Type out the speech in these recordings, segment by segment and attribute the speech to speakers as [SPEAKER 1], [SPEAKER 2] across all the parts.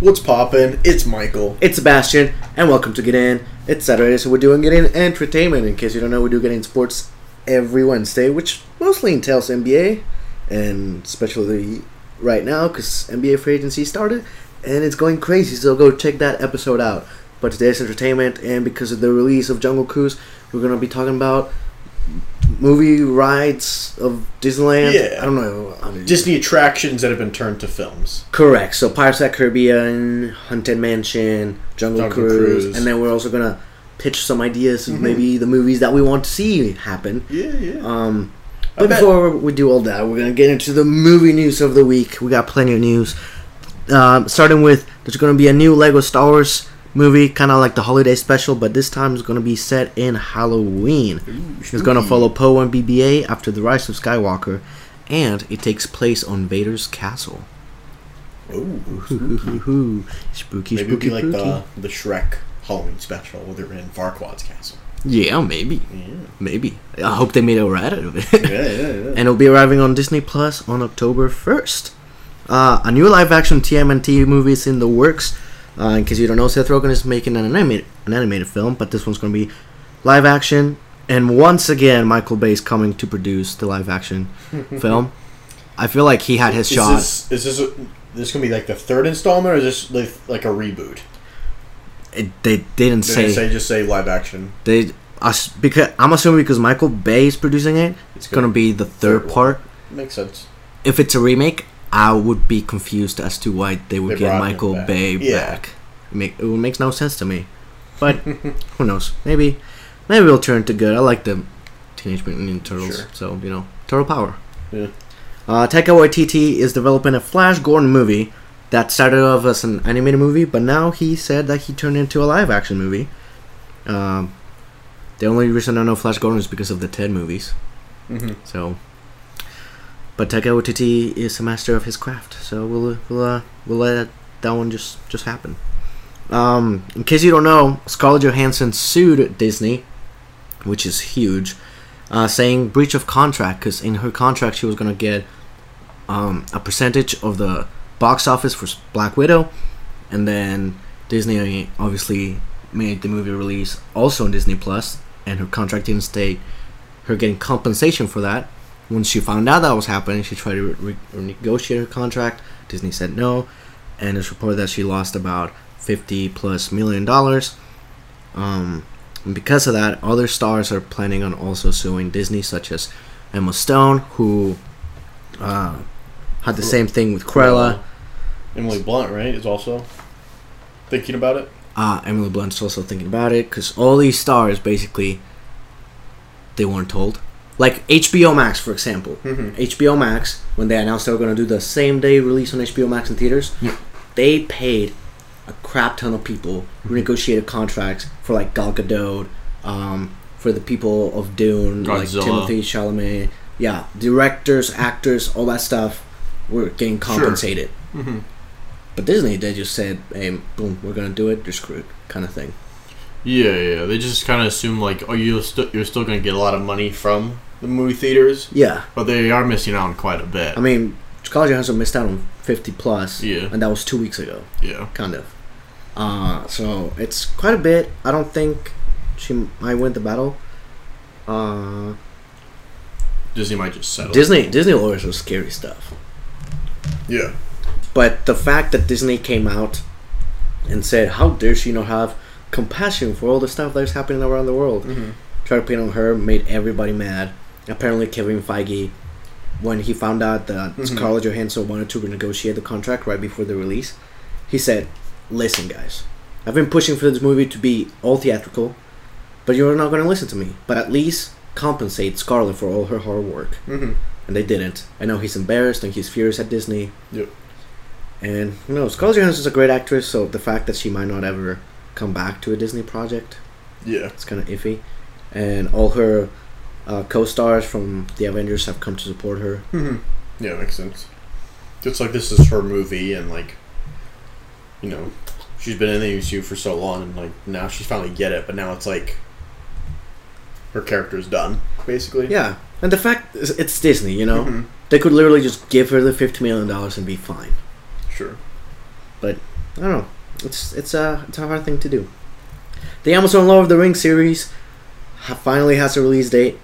[SPEAKER 1] What's poppin'? It's Michael.
[SPEAKER 2] It's Sebastian, and welcome to Get In. It's Saturday, so we're doing Get In Entertainment. In case you don't know, we do Get In Sports every Wednesday, which mostly entails NBA, and especially right now because NBA free agency started and it's going crazy. So go check that episode out. But today's entertainment, and because of the release of Jungle Cruise, we're gonna be talking about movie rides of Disneyland.
[SPEAKER 1] Yeah.
[SPEAKER 2] I don't know. I mean,
[SPEAKER 1] Disney attractions that have been turned to films.
[SPEAKER 2] Correct. So Pirates of the Caribbean, Haunted Mansion, Jungle,
[SPEAKER 1] Jungle
[SPEAKER 2] Cruise,
[SPEAKER 1] Cruise.
[SPEAKER 2] and then we're also gonna pitch some ideas of maybe the movies that we want to see happen.
[SPEAKER 1] Yeah, yeah.
[SPEAKER 2] Um, but
[SPEAKER 1] bet-
[SPEAKER 2] before we do all that, we're gonna get into the movie news of the week. We got plenty of news. Um, starting with there's gonna be a new Lego Star Wars movie, kind of like the holiday special, but this time it's gonna be set in Halloween. It's gonna follow Poe and BB-8 after the rise of Skywalker, and it takes place on Vader's castle.
[SPEAKER 1] Uh, Ooh,
[SPEAKER 2] Hoo-hoo-hoo. Spooky,
[SPEAKER 1] maybe it'd
[SPEAKER 2] spooky,
[SPEAKER 1] be like uh,
[SPEAKER 2] spooky.
[SPEAKER 1] the the Shrek Halloween special where they're in Farquaad's castle.
[SPEAKER 2] Yeah, maybe,
[SPEAKER 1] Yeah,
[SPEAKER 2] maybe. I hope they made a rat out of
[SPEAKER 1] yeah,
[SPEAKER 2] it.
[SPEAKER 1] yeah. yeah.
[SPEAKER 2] and it'll be arriving on Disney Plus on October 1st. Uh, a new live-action TMNT movie is in the works. Uh, in case you don't know, Seth Rogen is making an animated an animated film, but this one's going to be live action. And once again, Michael Bay is coming to produce the live action film. I feel like he had his
[SPEAKER 1] is
[SPEAKER 2] shot.
[SPEAKER 1] this is this, a, this gonna be like the third installment, or is this like, like a reboot?
[SPEAKER 2] It, they didn't
[SPEAKER 1] Did they
[SPEAKER 2] say,
[SPEAKER 1] say just say live action?
[SPEAKER 2] they. Us, because I'm assuming because Michael Bay is producing it, it's
[SPEAKER 1] good.
[SPEAKER 2] going to be the
[SPEAKER 1] Third
[SPEAKER 2] third
[SPEAKER 1] one.
[SPEAKER 2] part.
[SPEAKER 1] Makes sense.
[SPEAKER 2] if it's a remake, I would be confused as to why they would
[SPEAKER 1] They brought
[SPEAKER 2] get
[SPEAKER 1] him
[SPEAKER 2] Michael
[SPEAKER 1] back.
[SPEAKER 2] Bay
[SPEAKER 1] Yeah.
[SPEAKER 2] back. It, make, it makes no sense to me. But who knows? Maybe, maybe it'll turn to good. I like the Teenage Mutant Ninja Turtles,
[SPEAKER 1] Sure.
[SPEAKER 2] so you know, turtle power.
[SPEAKER 1] Yeah.
[SPEAKER 2] Uh, Taika Waititi is developing a Flash Gordon movie that started off as an animated movie, but now he said that he turned into a live action movie. Um, the only reason I know Flash Gordon is because of the Ted movies.
[SPEAKER 1] Mm-hmm.
[SPEAKER 2] So, but Taika Waititi is a master of his craft. So we'll we'll uh, we'll let that one just just happen. Um, in case you don't know, Scarlett Johansson sued Disney, which is huge, uh, saying breach of contract because in her contract she was gonna get um, a percentage of the box office for Black Widow, and then Disney obviously made the movie release also on Disney Plus, and her contract didn't state her getting compensation for that. When she found out that was happening, she tried to re- renegotiate her contract. Disney said no, and it's reported that she lost about fifty plus million dollars. Um, and because of that, other stars are planning on also suing Disney, such as Emma Stone, who uh, had the same thing with Cruella.
[SPEAKER 1] Emily Blunt, right, is also thinking about it.
[SPEAKER 2] Uh, Emily Blunt's also thinking about it because all these stars basically they weren't told. Like HBO Max, for example.
[SPEAKER 1] Mhm.
[SPEAKER 2] HBO Max, when they announced they were going to do the same day release on HBO Max in theaters, they paid a crap ton of people, renegotiated contracts for like Gal Gadot, um, for the people of Dune,
[SPEAKER 3] Godzilla.
[SPEAKER 2] like Timothy Chalamet. Yeah, directors, actors, all that stuff were getting compensated.
[SPEAKER 1] Mm-hmm.
[SPEAKER 2] But Disney, they just said, "Hey, boom, we're gonna do it. You're screwed," kind of thing.
[SPEAKER 3] Yeah, yeah. They just kind of assume like, oh, you're still you're still gonna get a lot of money from the movie theaters,
[SPEAKER 2] Yeah,
[SPEAKER 3] but they are missing out on quite a bit.
[SPEAKER 2] I mean, College Johansson missed out on 50 plus,
[SPEAKER 3] Yeah.
[SPEAKER 2] and that was two weeks ago,
[SPEAKER 3] yeah,
[SPEAKER 2] kind of. Uh, so it's quite a bit. I don't think she m- might win the battle. Uh,
[SPEAKER 3] Disney might just settle.
[SPEAKER 2] Disney Disney lawyers are scary stuff,
[SPEAKER 1] Yeah.
[SPEAKER 2] but the fact that Disney came out and said, "How dare she not have compassion for all the stuff that's happening around the world?"
[SPEAKER 1] Mm-hmm.
[SPEAKER 2] tried to paint on her, made everybody mad. Apparently, Kevin Feige, when he found out that
[SPEAKER 1] Mhm.
[SPEAKER 2] Scarlett Johansson wanted to renegotiate the contract right before the release, he said, "Listen, guys, I've been pushing for this movie to be all theatrical, but you're not going to listen to me. But at least compensate Scarlett for all her hard work."
[SPEAKER 1] Mm-hmm.
[SPEAKER 2] And they didn't. I know he's embarrassed and he's furious at Disney.
[SPEAKER 1] Yep.
[SPEAKER 2] And you know, Scarlett Johansson's a great actress, so the fact that she might not ever come back to a Disney project
[SPEAKER 1] Yeah.
[SPEAKER 2] it's kind of iffy. And all her uh, co-stars from the Avengers have come to support her.
[SPEAKER 1] hmm Yeah, makes sense. It's like this is her movie, and like, you know, she's been in the MCU for so long, and like now she's finally get it, but now it's like her character's done, basically.
[SPEAKER 2] Yeah, and the fact is, it's Disney, you know,
[SPEAKER 1] Mhm.
[SPEAKER 2] they could literally just give her the fifty million dollars and be fine.
[SPEAKER 1] Sure.
[SPEAKER 2] I don't know. It's it's a it's a hard thing to do. The Amazon Lord of the Rings series ha- finally has a release date,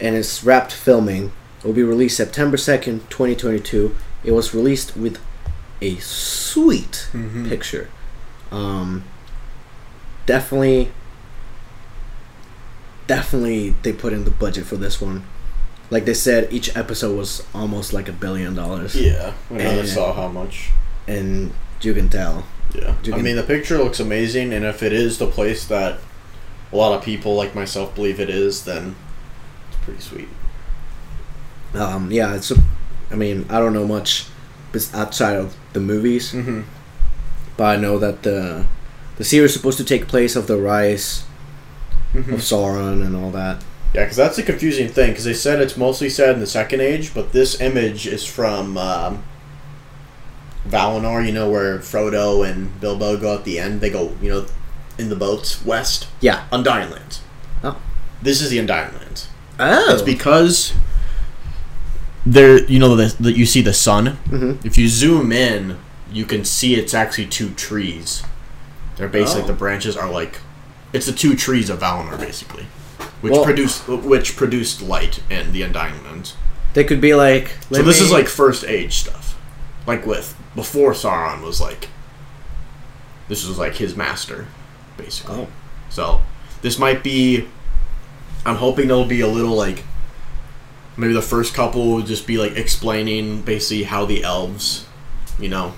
[SPEAKER 2] and it's wrapped filming. It will be released September second, twenty twenty two. It was released with a sweet
[SPEAKER 1] Mm-hmm.
[SPEAKER 2] picture. Um, definitely, definitely, they put in the budget for this one. Like they said, each episode was almost like a billion dollars,
[SPEAKER 1] Yeah, when I
[SPEAKER 2] And-
[SPEAKER 1] saw how much.
[SPEAKER 2] and you can tell.
[SPEAKER 1] Yeah,
[SPEAKER 2] You
[SPEAKER 1] I
[SPEAKER 2] can-
[SPEAKER 1] mean the picture looks amazing, and if it is the place that a lot of people like myself believe it is, then it's pretty sweet.
[SPEAKER 2] Um, yeah, it's. A, I mean, I don't know much bes- outside of the movies,
[SPEAKER 1] Mm-hmm.
[SPEAKER 2] but I know that the the series is supposed to take place of the rise of Sauron and all that.
[SPEAKER 1] Mm-hmm. Yeah, because that's a confusing thing. Because they said it's mostly set in the Second Age, but this image is from um, Valinor. You know where Frodo and Bilbo go at the end. They go, you know, in the boats west,
[SPEAKER 2] Yeah.
[SPEAKER 1] Undying Lands.
[SPEAKER 2] Oh.
[SPEAKER 1] this is the Undying Lands.
[SPEAKER 2] Oh.
[SPEAKER 1] It's because there, you know, that the, you see the sun.
[SPEAKER 2] hmm
[SPEAKER 1] If you zoom in, you can see it's actually two trees. They're basically
[SPEAKER 2] Oh.
[SPEAKER 1] the branches are like it's the two trees of Valinor basically, which
[SPEAKER 2] Well-
[SPEAKER 1] produced which produced light and the Undying Lands.
[SPEAKER 2] They could be like.
[SPEAKER 1] So this is like first age stuff, like with before Sauron was like this was like his master, basically.
[SPEAKER 2] Oh.
[SPEAKER 1] So this might be. I'm hoping there'll be a little like. Maybe the first couple would just be like explaining basically how the elves, you know,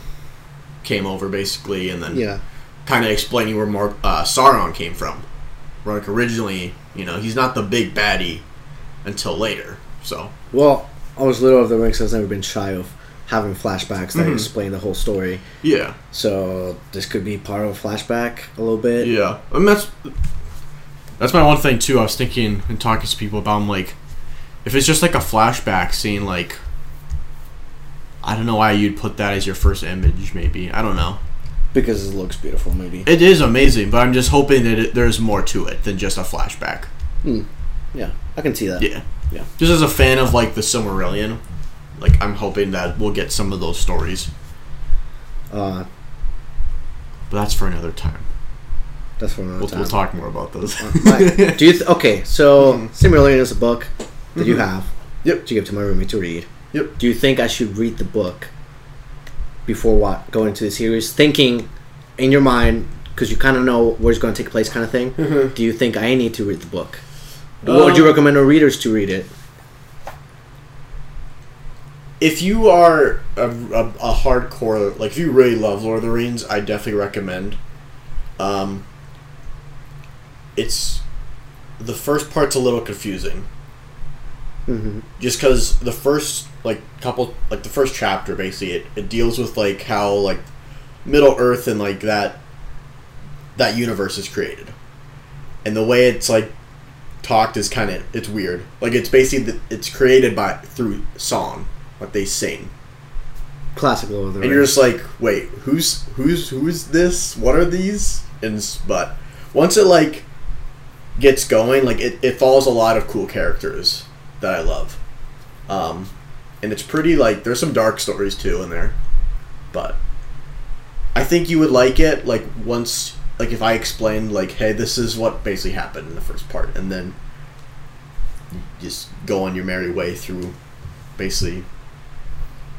[SPEAKER 1] came over basically, and then
[SPEAKER 2] Yeah.
[SPEAKER 1] kind of explaining where Mar- uh, Sauron came from. Where, Like originally, you know, he's not the big baddie until later. So
[SPEAKER 2] Well, I was little of the rings. I've never been shy of having flashbacks that
[SPEAKER 1] Mhm.
[SPEAKER 2] explain the whole story.
[SPEAKER 1] yeah,
[SPEAKER 2] So this could be part of a flashback a little bit.
[SPEAKER 1] yeah, and that's that's my one thing too. I was thinking and talking to people about. I'm like, if it's just like a flashback scene, like I don't know why you'd put that as your first image. Maybe I don't know.
[SPEAKER 2] Because it looks beautiful, maybe.
[SPEAKER 1] It is amazing, but I'm just hoping that it, there's more to it than just a flashback.
[SPEAKER 2] Yeah, I can see that.
[SPEAKER 1] Yeah,
[SPEAKER 2] Yeah.
[SPEAKER 1] Just as a fan of like the Silmarillion, like I'm hoping that we'll get some of those stories,
[SPEAKER 2] Uh,
[SPEAKER 1] but that's for another time.
[SPEAKER 2] that's for another
[SPEAKER 1] We'll,
[SPEAKER 2] time.
[SPEAKER 1] we'll talk more about those.
[SPEAKER 2] Right. do you th- okay? So similarly, there's a book that you have.
[SPEAKER 1] Mm-hmm. Yep.
[SPEAKER 2] To give to my roommate to read.
[SPEAKER 1] Yep.
[SPEAKER 2] Do you think I should read the book before what going to the series? Thinking in your mind because you kind of know where it's going to take place, kind of thing. Do you think I need to read the book? what would you
[SPEAKER 1] Mm-hmm. Um,
[SPEAKER 2] recommend our readers to read it?
[SPEAKER 1] if you are a, a, a hardcore like if you really love lord of the rings i definitely recommend um it's the first part's a little confusing
[SPEAKER 2] Mm-hmm.
[SPEAKER 1] just because the first like couple like the first chapter basically it, it deals with like how like middle earth and like that that universe is created and the way it's like talked is kind of it's weird like it's basically the, it's created by through song like they sing
[SPEAKER 2] Classic Lord of the
[SPEAKER 1] and
[SPEAKER 2] Rings.
[SPEAKER 1] you're just like, wait, who's who's who's this? What are these? And s- but once it like gets going, like it, it follows a lot of cool characters that I love, um, and it's pretty like there's some dark stories too in there, but I think you would like it like once like if I explained like, hey, this is what basically happened in the first part, and then you just go on your merry way through basically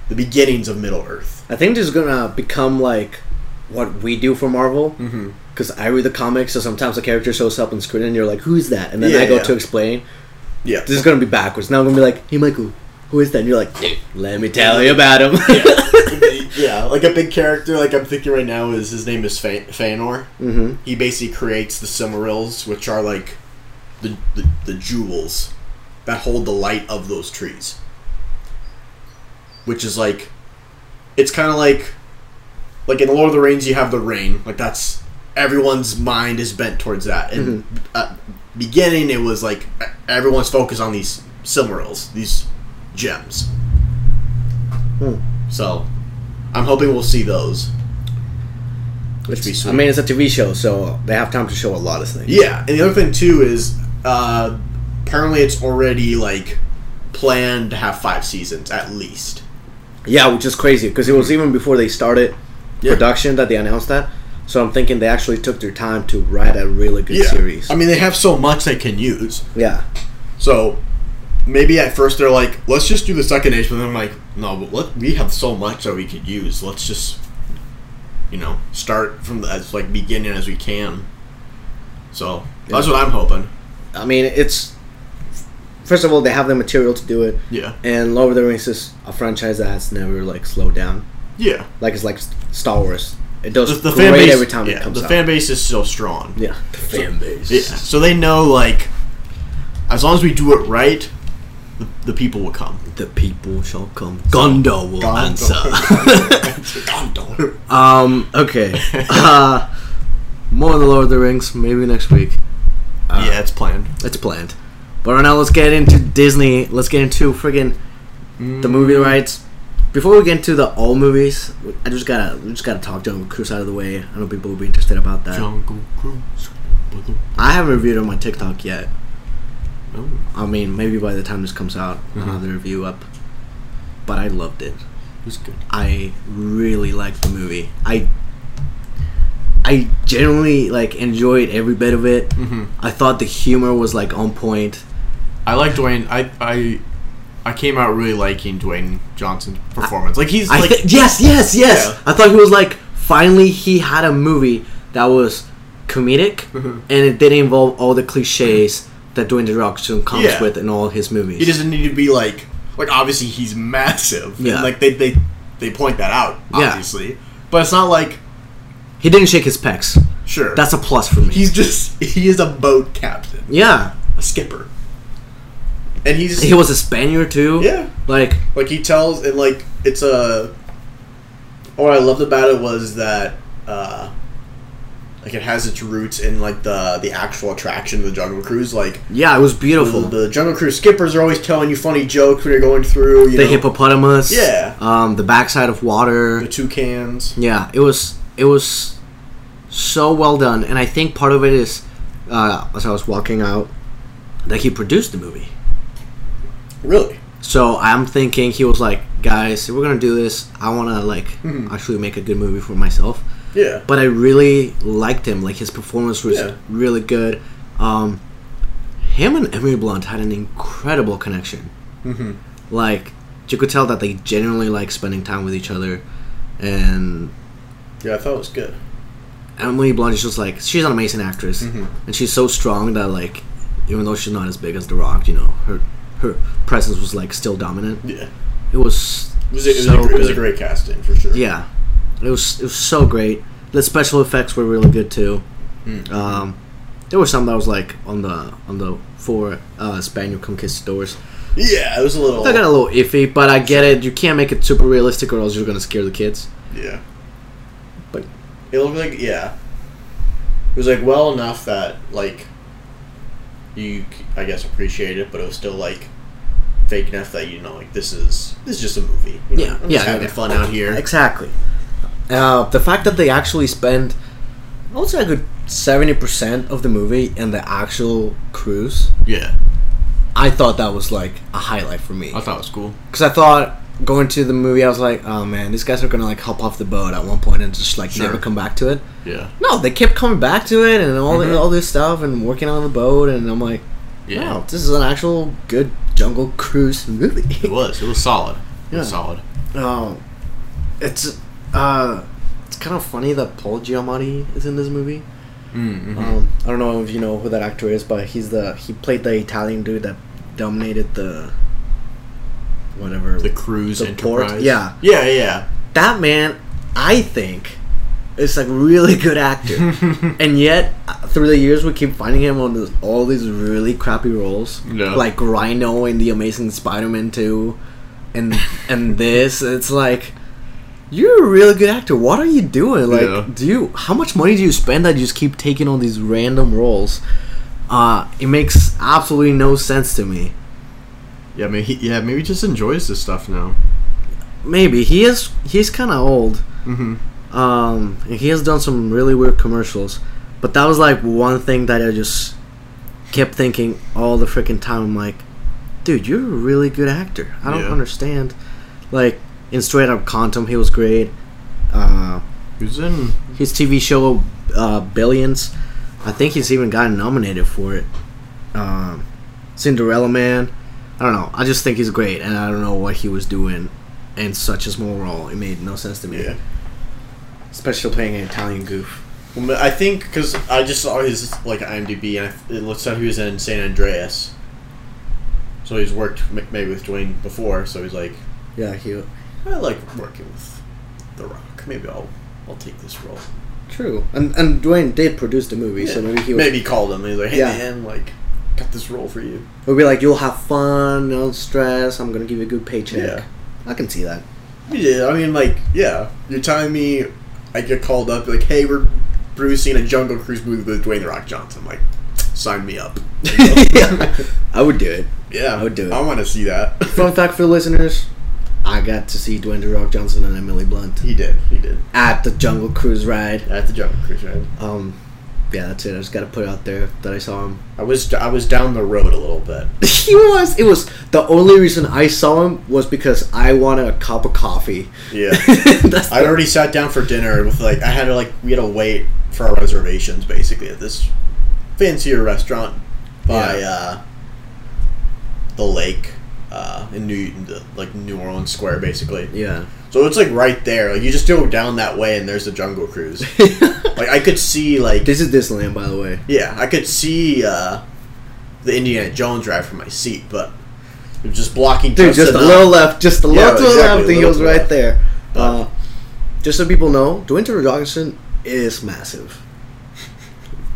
[SPEAKER 1] the beginnings of Middle Earth.
[SPEAKER 2] I think this is gonna become like what we do for Marvel.
[SPEAKER 1] Mm-hmm.
[SPEAKER 2] Because I read the comics, so sometimes a character shows up on screen and you're like, "Who's that?" And then
[SPEAKER 1] Yeah,
[SPEAKER 2] I go
[SPEAKER 1] yeah.
[SPEAKER 2] to explain.
[SPEAKER 1] Yeah.
[SPEAKER 2] This is gonna be backwards. Now I'm gonna be like, "Hey, Michael, who is that?" And you're like, "Dude, "Let me tell you about him."
[SPEAKER 1] yeah. yeah, like a big character, like I'm thinking right now, is his name is Fa- Fanor.
[SPEAKER 2] hmm
[SPEAKER 1] He basically creates the Cimmerils, which are like the, the, the jewels that hold the light of those trees. Which is like, it's kind of like, like in Lord of the Rings, you have the rain. Like that's everyone's mind is bent towards that. And at beginning, it was like e- everyone's focused on these Cimmerils, these gems.
[SPEAKER 2] Hmm.
[SPEAKER 1] So, I'm hoping we'll see those. Which be sweet.
[SPEAKER 2] I mean, it's a TV show, so they have time to show a lot of things.
[SPEAKER 1] Yeah, and the other thing too is uh, apparently it's already like planned to have five seasons at least.
[SPEAKER 2] Yeah, which is crazy because it was even before they started
[SPEAKER 1] Yeah.
[SPEAKER 2] production that they announced that. So I'm thinking they actually took their time to write a really good
[SPEAKER 1] Yeah.
[SPEAKER 2] series.
[SPEAKER 1] I mean, they have so much they can use.
[SPEAKER 2] yeah,
[SPEAKER 1] So maybe at first they're like, let's just do the second age, but then I'm like, no, but let, we have so much that we could use. Let's just, you know, start from the, as like beginning as we can. So that's what I'm hoping.
[SPEAKER 2] I mean it's first of all they have the material to do it,
[SPEAKER 1] Yeah.
[SPEAKER 2] and Lord of the Rings is a franchise that has never like slowed down.
[SPEAKER 1] Yeah.
[SPEAKER 2] Like it's like S- Star Wars. It does
[SPEAKER 1] The, the
[SPEAKER 2] great
[SPEAKER 1] fan base,
[SPEAKER 2] every time
[SPEAKER 1] yeah,
[SPEAKER 2] it comes
[SPEAKER 1] the
[SPEAKER 2] out.
[SPEAKER 1] fan base is still strong.
[SPEAKER 2] yeah,
[SPEAKER 4] Fan base.
[SPEAKER 1] Yeah, so they know like, as long as we do it right, the, the people will come.
[SPEAKER 4] The people shall come. Gondor will
[SPEAKER 1] Gondor.
[SPEAKER 2] Um. Okay. uh, more on the Lord of the Rings. Maybe next week. Uh,
[SPEAKER 1] yeah, it's planned.
[SPEAKER 2] It's planned. But right now, let's get into Disney. Let's get into friggin' the movie rights. Before we get into the all movies, I just gotta we just gotta talk Jungle Cruise out of the way. I know people will be interested about that.
[SPEAKER 3] Jungle Cruise.
[SPEAKER 2] I haven't reviewed it on my TikTok yet.
[SPEAKER 3] Oh.
[SPEAKER 2] I mean, maybe by the time this comes out, I'll have the review up. But I loved it.
[SPEAKER 3] It was good.
[SPEAKER 2] I really liked the movie. I I genuinely like enjoyed every bit of it.
[SPEAKER 3] Mm-hmm.
[SPEAKER 2] I thought the humor was like on point.
[SPEAKER 3] I like Dwayne. I I I came out really liking Dwayne Johnson's performance. like he's
[SPEAKER 2] I
[SPEAKER 3] like
[SPEAKER 2] thi- yes, yes, yes.
[SPEAKER 3] Yeah.
[SPEAKER 2] I thought he was like finally he had a movie that was comedic
[SPEAKER 3] Mhm.
[SPEAKER 2] and it didn't involve all the cliches that Dwayne the Rock Johnson comes
[SPEAKER 3] Yeah.
[SPEAKER 2] with in all his movies.
[SPEAKER 3] he doesn't need to be like like obviously he's massive. Yeah.
[SPEAKER 2] Yeah.
[SPEAKER 3] like they they they point that out
[SPEAKER 2] Yeah.
[SPEAKER 3] obviously, but it's not like
[SPEAKER 2] He didn't shake his pecs.
[SPEAKER 3] sure
[SPEAKER 2] That's a plus for me.
[SPEAKER 3] he's just he is a boat captain,
[SPEAKER 2] yeah,
[SPEAKER 3] a skipper, and he's
[SPEAKER 2] he was a Spaniard too.
[SPEAKER 1] Yeah.
[SPEAKER 2] like
[SPEAKER 1] Like he tells, and like it's a. What I loved about it was that, uh, like it has its roots in like the the actual attraction, the Jungle Cruise. Like
[SPEAKER 2] yeah, it was
[SPEAKER 1] the,
[SPEAKER 2] beautiful.
[SPEAKER 1] the Jungle Cruise skippers are always telling you funny jokes when you're going through. You
[SPEAKER 2] the
[SPEAKER 1] know,
[SPEAKER 2] hippopotamus.
[SPEAKER 1] Yeah.
[SPEAKER 2] Um, the backside of water.
[SPEAKER 1] the toucans.
[SPEAKER 2] Yeah, it was it was so well done, and I think part of it is uh, as I was walking out that he produced the movie.
[SPEAKER 1] Really,
[SPEAKER 2] So I'm thinking he was like, guys, if we're gonna do this, I want to like actually make a good movie for myself.
[SPEAKER 1] yeah.
[SPEAKER 2] But I really liked him. Like his performance was
[SPEAKER 1] Yeah.
[SPEAKER 2] really good. Um, him and Emily Blunt had an incredible connection.
[SPEAKER 1] Mhm.
[SPEAKER 2] Like you could tell that they genuinely like spending time with each other, and
[SPEAKER 1] Yeah, I thought it was good.
[SPEAKER 2] Emily Blunt is just like she's an amazing actress,
[SPEAKER 1] Mhm.
[SPEAKER 2] and she's so strong that like even though she's not as big as The Rock, you know her her presence was like still dominant.
[SPEAKER 1] Yeah,
[SPEAKER 2] It was
[SPEAKER 1] it was, a, it, was
[SPEAKER 2] so
[SPEAKER 1] a, gr- it was a
[SPEAKER 2] good.
[SPEAKER 1] great casting for sure.
[SPEAKER 2] Yeah, it was it was so great. The special effects were really good too.
[SPEAKER 1] Mm.
[SPEAKER 2] Um, there were some that was like on the on the four uh, Spaniel Conquistadors.
[SPEAKER 1] yeah, it was a little.
[SPEAKER 2] That got a little iffy, but I get it. You can't make it super realistic, or else you're gonna scare the kids.
[SPEAKER 1] Yeah.
[SPEAKER 2] But-
[SPEAKER 1] it looked like yeah. It was like well enough that like you c- I guess appreciate it, but it was still like fake enough that you know like this is this is just a movie. You know,
[SPEAKER 2] Yeah,
[SPEAKER 1] I'm
[SPEAKER 2] yeah,
[SPEAKER 1] just having
[SPEAKER 2] yeah.
[SPEAKER 1] fun out here.
[SPEAKER 2] Exactly. Uh, the fact that they actually spend, I would say, a good seventy percent of the movie in the actual cruise.
[SPEAKER 3] yeah.
[SPEAKER 2] I thought that was like a highlight for me.
[SPEAKER 3] I thought it was cool.
[SPEAKER 2] because I thought going to the movie, I was like, oh man, these guys are gonna like hop off the boat at one point and just like
[SPEAKER 3] Sure.
[SPEAKER 2] never come back to it.
[SPEAKER 3] Yeah,
[SPEAKER 2] No, they kept coming back to it and all all this stuff and working on the boat, and I'm like,
[SPEAKER 3] Mm-hmm. yeah.
[SPEAKER 2] wow, this is an actual good jungle cruise movie.
[SPEAKER 3] It was. It was solid. It was
[SPEAKER 2] Yeah.
[SPEAKER 3] solid.
[SPEAKER 2] Oh, it's uh, it's kind of funny that Paul Giamatti is in this movie.
[SPEAKER 3] Mm-hmm.
[SPEAKER 2] Um, I don't know if you know who that actor is, but he's the he played the Italian dude that dominated the whatever
[SPEAKER 3] the cruise
[SPEAKER 2] the port-
[SPEAKER 3] enterprise.
[SPEAKER 2] yeah.
[SPEAKER 3] Yeah. Yeah.
[SPEAKER 2] that man, I think, is like really good actor, and yet uh, through the years we keep finding him on this, all these really crappy roles,
[SPEAKER 3] Yeah.
[SPEAKER 2] like Rhino in the Amazing Spider-Man two, and and this. It's like you're a really good actor. What are you doing? Like,
[SPEAKER 3] Yeah.
[SPEAKER 2] do you how much money do you spend that you just keep taking on these random roles? Uh, it makes absolutely no sense to me.
[SPEAKER 3] Yeah. Maybe. He, yeah. Maybe he just enjoys this stuff now.
[SPEAKER 2] Maybe he is. He's kind of old.
[SPEAKER 3] Mm-hmm.
[SPEAKER 2] Um, and he has done some really weird commercials, but that was like one thing that I just kept thinking all the freaking time. I'm like, dude, you're a really good actor. I don't
[SPEAKER 3] Yeah.
[SPEAKER 2] understand. Like in Straight Up Quantum, he was great. Uh,
[SPEAKER 3] Who's in?
[SPEAKER 2] His TV show uh, Billions, I think he's even gotten nominated for it. Um, Cinderella Man, I don't know. I just think he's great, and I don't know what he was doing in such a small role. It made no sense to me,
[SPEAKER 1] Yeah.
[SPEAKER 2] especially playing an Italian goof.
[SPEAKER 1] Well, I think because I just saw his like IMDb and I, it looks like he was in San Andreas. So he's worked m- maybe with Dwayne before. So he's like,
[SPEAKER 2] Yeah, he.
[SPEAKER 1] I like working with The Rock. Maybe I'll I'll take this role.
[SPEAKER 2] True, and and Dwayne did produce the movie, so
[SPEAKER 1] Yeah.
[SPEAKER 2] maybe he was
[SPEAKER 1] he called him. He's like, hey
[SPEAKER 2] Yeah.
[SPEAKER 1] man, like got this role for you.
[SPEAKER 2] It'll be like, you'll have fun, no stress, I'm gonna give you a good paycheck.
[SPEAKER 1] Yeah.
[SPEAKER 2] I can see that.
[SPEAKER 1] Yeah, I mean, like, yeah. You're telling me I get called up, like, hey, we're producing a Jungle Cruise movie with Dwayne The Rock Johnson. like, sign me up.
[SPEAKER 2] I would do it.
[SPEAKER 1] Yeah.
[SPEAKER 2] I would do it.
[SPEAKER 1] I want to see that.
[SPEAKER 2] Fun fact for the listeners I got to see Dwayne The Rock Johnson and Emily Blunt
[SPEAKER 1] he did. He did.
[SPEAKER 2] at the Jungle Cruise ride.
[SPEAKER 1] At the Jungle Cruise, right?
[SPEAKER 2] Um, yeah, that's it. I just gotta put it out there that I saw him.
[SPEAKER 1] I was I was down the road a little bit.
[SPEAKER 2] he was. It was the only reason I saw him was because I wanted a cup of coffee.
[SPEAKER 1] Yeah.
[SPEAKER 2] that's
[SPEAKER 1] I already sat down for dinner with like I had to like we had to wait for our reservations basically at this fancier restaurant by uh, the lake uh, in New the, like New Orleans Square basically.
[SPEAKER 2] yeah.
[SPEAKER 1] So it's like right there. Like you just go down that way and there's the Jungle Cruise. like I could see like
[SPEAKER 2] This is Disneyland, by the way.
[SPEAKER 1] yeah I could see uh, the Indiana Jones ride from my seat, but it was just blocking
[SPEAKER 2] Dude, just a
[SPEAKER 1] enough.
[SPEAKER 2] little left, just a little
[SPEAKER 1] Yeah,
[SPEAKER 2] to
[SPEAKER 1] exactly,
[SPEAKER 2] the left, and
[SPEAKER 1] a
[SPEAKER 2] he
[SPEAKER 1] little
[SPEAKER 2] was
[SPEAKER 1] to the
[SPEAKER 2] right
[SPEAKER 1] left.
[SPEAKER 2] there.
[SPEAKER 1] But-
[SPEAKER 2] Uh, just so people know, Dwayne The Rock Johnson is massive.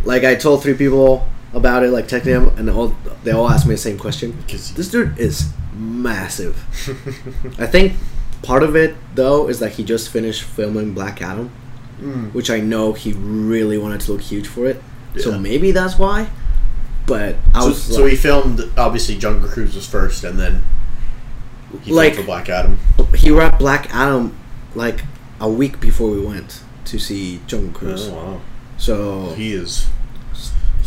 [SPEAKER 2] like I told three people about it, like texted them, and all they all asked me the same question.
[SPEAKER 1] 'Cause-
[SPEAKER 2] This dude is massive. I think part of it though is that he just finished filming Black Adam,
[SPEAKER 1] Mm.
[SPEAKER 2] which I know he really wanted to look huge for it. So
[SPEAKER 1] Yeah.
[SPEAKER 2] maybe that's why. But I
[SPEAKER 1] So,
[SPEAKER 2] was
[SPEAKER 1] so
[SPEAKER 2] like,
[SPEAKER 1] he filmed obviously Jungle Cruise was first, and then he
[SPEAKER 2] Like- oh,
[SPEAKER 1] filmed for Black Adam.
[SPEAKER 2] he wrapped Black Adam like a week before we went to see Jungle Cruise.
[SPEAKER 1] Oh,
[SPEAKER 2] So
[SPEAKER 1] wow.
[SPEAKER 2] he,
[SPEAKER 1] He is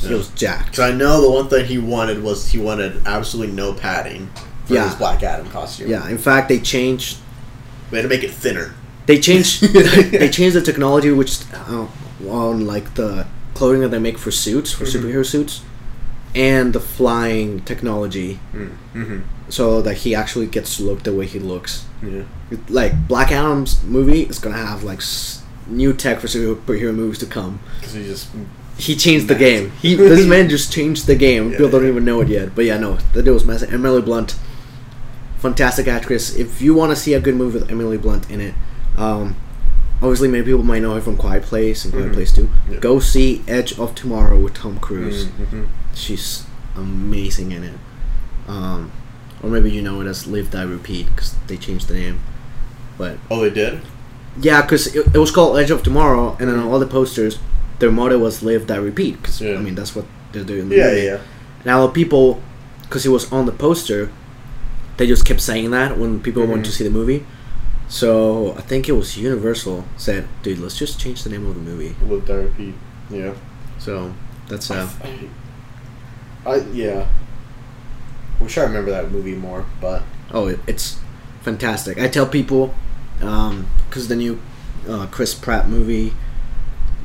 [SPEAKER 1] yeah.
[SPEAKER 2] was jacked.
[SPEAKER 1] because I know the one thing he wanted was he wanted absolutely no padding for
[SPEAKER 2] Yeah.
[SPEAKER 1] his Black Adam costume.
[SPEAKER 2] Yeah. In fact, they changed.
[SPEAKER 1] we had to make it thinner.
[SPEAKER 2] They changed. they changed the technology which uh, on like the clothing that they make for suits for superhero suits, and the flying technology,
[SPEAKER 1] Mm-hmm.
[SPEAKER 2] so that he actually gets to look the way he looks.
[SPEAKER 1] Yeah,
[SPEAKER 2] It- Like Black Adam's movie is gonna have like s- new tech for superhero movies to come.
[SPEAKER 1] because he just mm,
[SPEAKER 2] he changed the game. He this man just changed the game.
[SPEAKER 1] Yeah,
[SPEAKER 2] People don't
[SPEAKER 1] yeah.
[SPEAKER 2] even know it yet. But yeah, no, that dude was massive. Emily Blunt, fantastic actress. If you want to see a good movie with Emily Blunt in it, um, obviously many people might know her from Quiet Place and Quiet
[SPEAKER 1] Mhm.
[SPEAKER 2] Place Two.
[SPEAKER 1] Yeah.
[SPEAKER 2] Go see Edge of Tomorrow with Tom Cruise.
[SPEAKER 1] mm-hmm.
[SPEAKER 2] She's amazing in it. Um, or maybe you know it as Live Die Repeat because they changed the name. But
[SPEAKER 1] oh they did.
[SPEAKER 2] yeah, because it, it was called Edge of Tomorrow, and then on all the posters, their motto was "Live, Die, Repeat." Because
[SPEAKER 1] Mm-hmm. Yeah.
[SPEAKER 2] I mean, that's what they're doing. in the
[SPEAKER 1] Yeah,
[SPEAKER 2] movie.
[SPEAKER 1] yeah, yeah.
[SPEAKER 2] And a lot of people, because it was on the poster, they just kept saying that when people went to
[SPEAKER 1] Mhm.
[SPEAKER 2] see the movie. So I think it was Universal said, "Dude, let's just change the name of the movie."
[SPEAKER 1] Live Die Repeat. Yeah.
[SPEAKER 2] So that's uh,
[SPEAKER 1] I, I yeah. Wish I remember that movie more, but
[SPEAKER 2] oh, it, it's fantastic. I tell people because the new uh, Chris Pratt movie,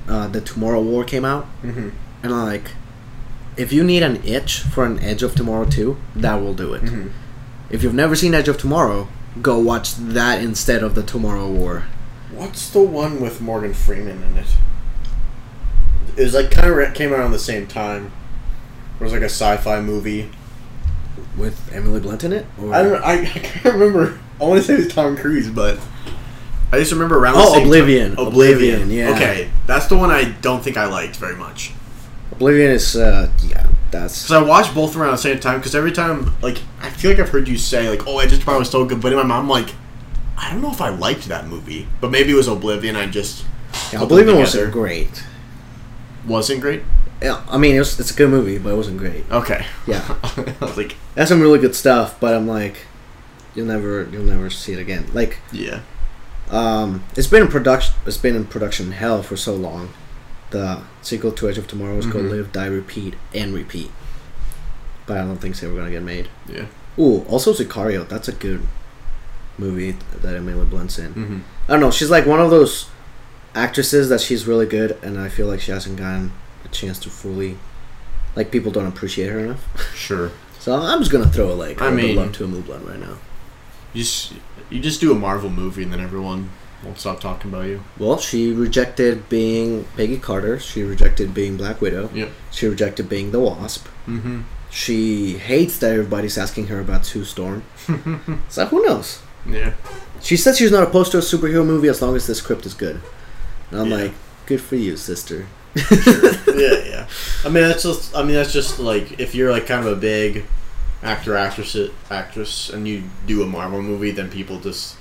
[SPEAKER 2] uh, The Tomorrow War, came out.
[SPEAKER 1] mm-hmm.
[SPEAKER 2] And like, if you need an itch for an Edge of Tomorrow 2, that will do it.
[SPEAKER 1] Mm-hmm.
[SPEAKER 2] If you've never seen Edge of Tomorrow, go watch that instead of the Tomorrow War.
[SPEAKER 1] What's the one with Morgan Freeman in it? It was like kind of came out around the same time. It was like a sci-fi movie.
[SPEAKER 2] With Emily Blunt in it? Or?
[SPEAKER 1] I don't. I, I can't remember. I want to say it was Tom Cruise, but I just remember around.
[SPEAKER 2] Oh,
[SPEAKER 1] the same
[SPEAKER 2] Oblivion.
[SPEAKER 1] Time.
[SPEAKER 2] Oblivion, yeah.
[SPEAKER 1] Okay, that's the one I don't think I liked very much
[SPEAKER 2] Oblivion is, uh, yeah, that's.
[SPEAKER 1] because I watched both around the same time. Because every time, like, I feel like I've heard you say, like, "Oh, I just thought it was so good," but in my mind, I'm like, I don't know if I liked that movie, but maybe it was Oblivion. I just
[SPEAKER 2] Yeah,
[SPEAKER 1] put them
[SPEAKER 2] Oblivion was
[SPEAKER 1] together.
[SPEAKER 2] great.
[SPEAKER 1] wasn't great.
[SPEAKER 2] Yeah, I mean, it was, it's a good movie, but it wasn't great.
[SPEAKER 1] Okay.
[SPEAKER 2] Yeah.
[SPEAKER 1] I was like,
[SPEAKER 2] That's some really good stuff, but I'm like, you'll never, you'll never see it again. Like,
[SPEAKER 1] yeah.
[SPEAKER 2] Um, it's been in production. It's been in production hell for so long. The sequel to Edge of Tomorrow is called
[SPEAKER 1] Mhm.
[SPEAKER 2] Live, Die, Repeat, and Repeat. But I don't think it's ever gonna get made.
[SPEAKER 1] Yeah.
[SPEAKER 2] Ooh, also Sicario. That's a good movie that Emily Blunt's in.
[SPEAKER 1] Mm-hmm.
[SPEAKER 2] I don't know. She's like one of those actresses that she's really good, and I feel like she hasn't gotten a chance to fully, like people don't appreciate her enough.
[SPEAKER 3] Sure.
[SPEAKER 2] So I'm just gonna throw a like
[SPEAKER 3] I
[SPEAKER 2] I mean,
[SPEAKER 3] mean-
[SPEAKER 2] love to a move right now.
[SPEAKER 3] You just you just do a Marvel movie and then everyone won't stop talking about you.
[SPEAKER 2] Well, she rejected being Peggy Carter. She rejected being Black Widow.
[SPEAKER 3] Yep.
[SPEAKER 2] She rejected being the Wasp.
[SPEAKER 3] Mm-hmm.
[SPEAKER 2] She hates that everybody's asking her about Sue Storm. so who knows?
[SPEAKER 3] Yeah.
[SPEAKER 2] She says she's not opposed to a superhero movie as long as the script is good. And I'm
[SPEAKER 1] Yeah.
[SPEAKER 2] like, good for you, sister.
[SPEAKER 1] yeah, yeah. I mean, that's just. I mean, that's just like if you're like kind of a big actor, actress, actress, and you do a Marvel movie, then people just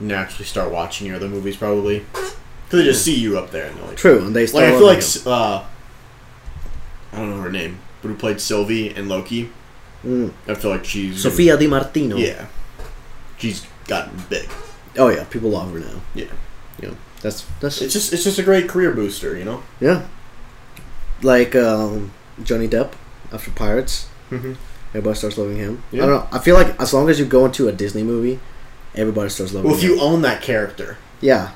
[SPEAKER 1] naturally start watching your other movies, probably, because they just see you up there and they're like,
[SPEAKER 2] True, and they still
[SPEAKER 1] like I
[SPEAKER 2] love
[SPEAKER 1] feel like
[SPEAKER 2] him.
[SPEAKER 1] s- uh, I don't know her name, but who played Sylvie and Loki?
[SPEAKER 2] Mm.
[SPEAKER 1] I feel like she's
[SPEAKER 2] Sofia Di Martino.
[SPEAKER 1] Yeah, she's gotten big.
[SPEAKER 2] Oh yeah, people love her now.
[SPEAKER 1] Yeah.
[SPEAKER 2] Yeah. That's that's
[SPEAKER 1] It's just it's just a great career booster, you know.
[SPEAKER 2] yeah. Like um, Johnny Depp after Pirates,
[SPEAKER 1] Mhm.
[SPEAKER 2] everybody starts loving him.
[SPEAKER 1] Yeah.
[SPEAKER 2] I don't know. I feel like as long as you go into a Disney movie, everybody starts loving.
[SPEAKER 1] Well, if
[SPEAKER 2] him.
[SPEAKER 1] you own that character,
[SPEAKER 2] yeah,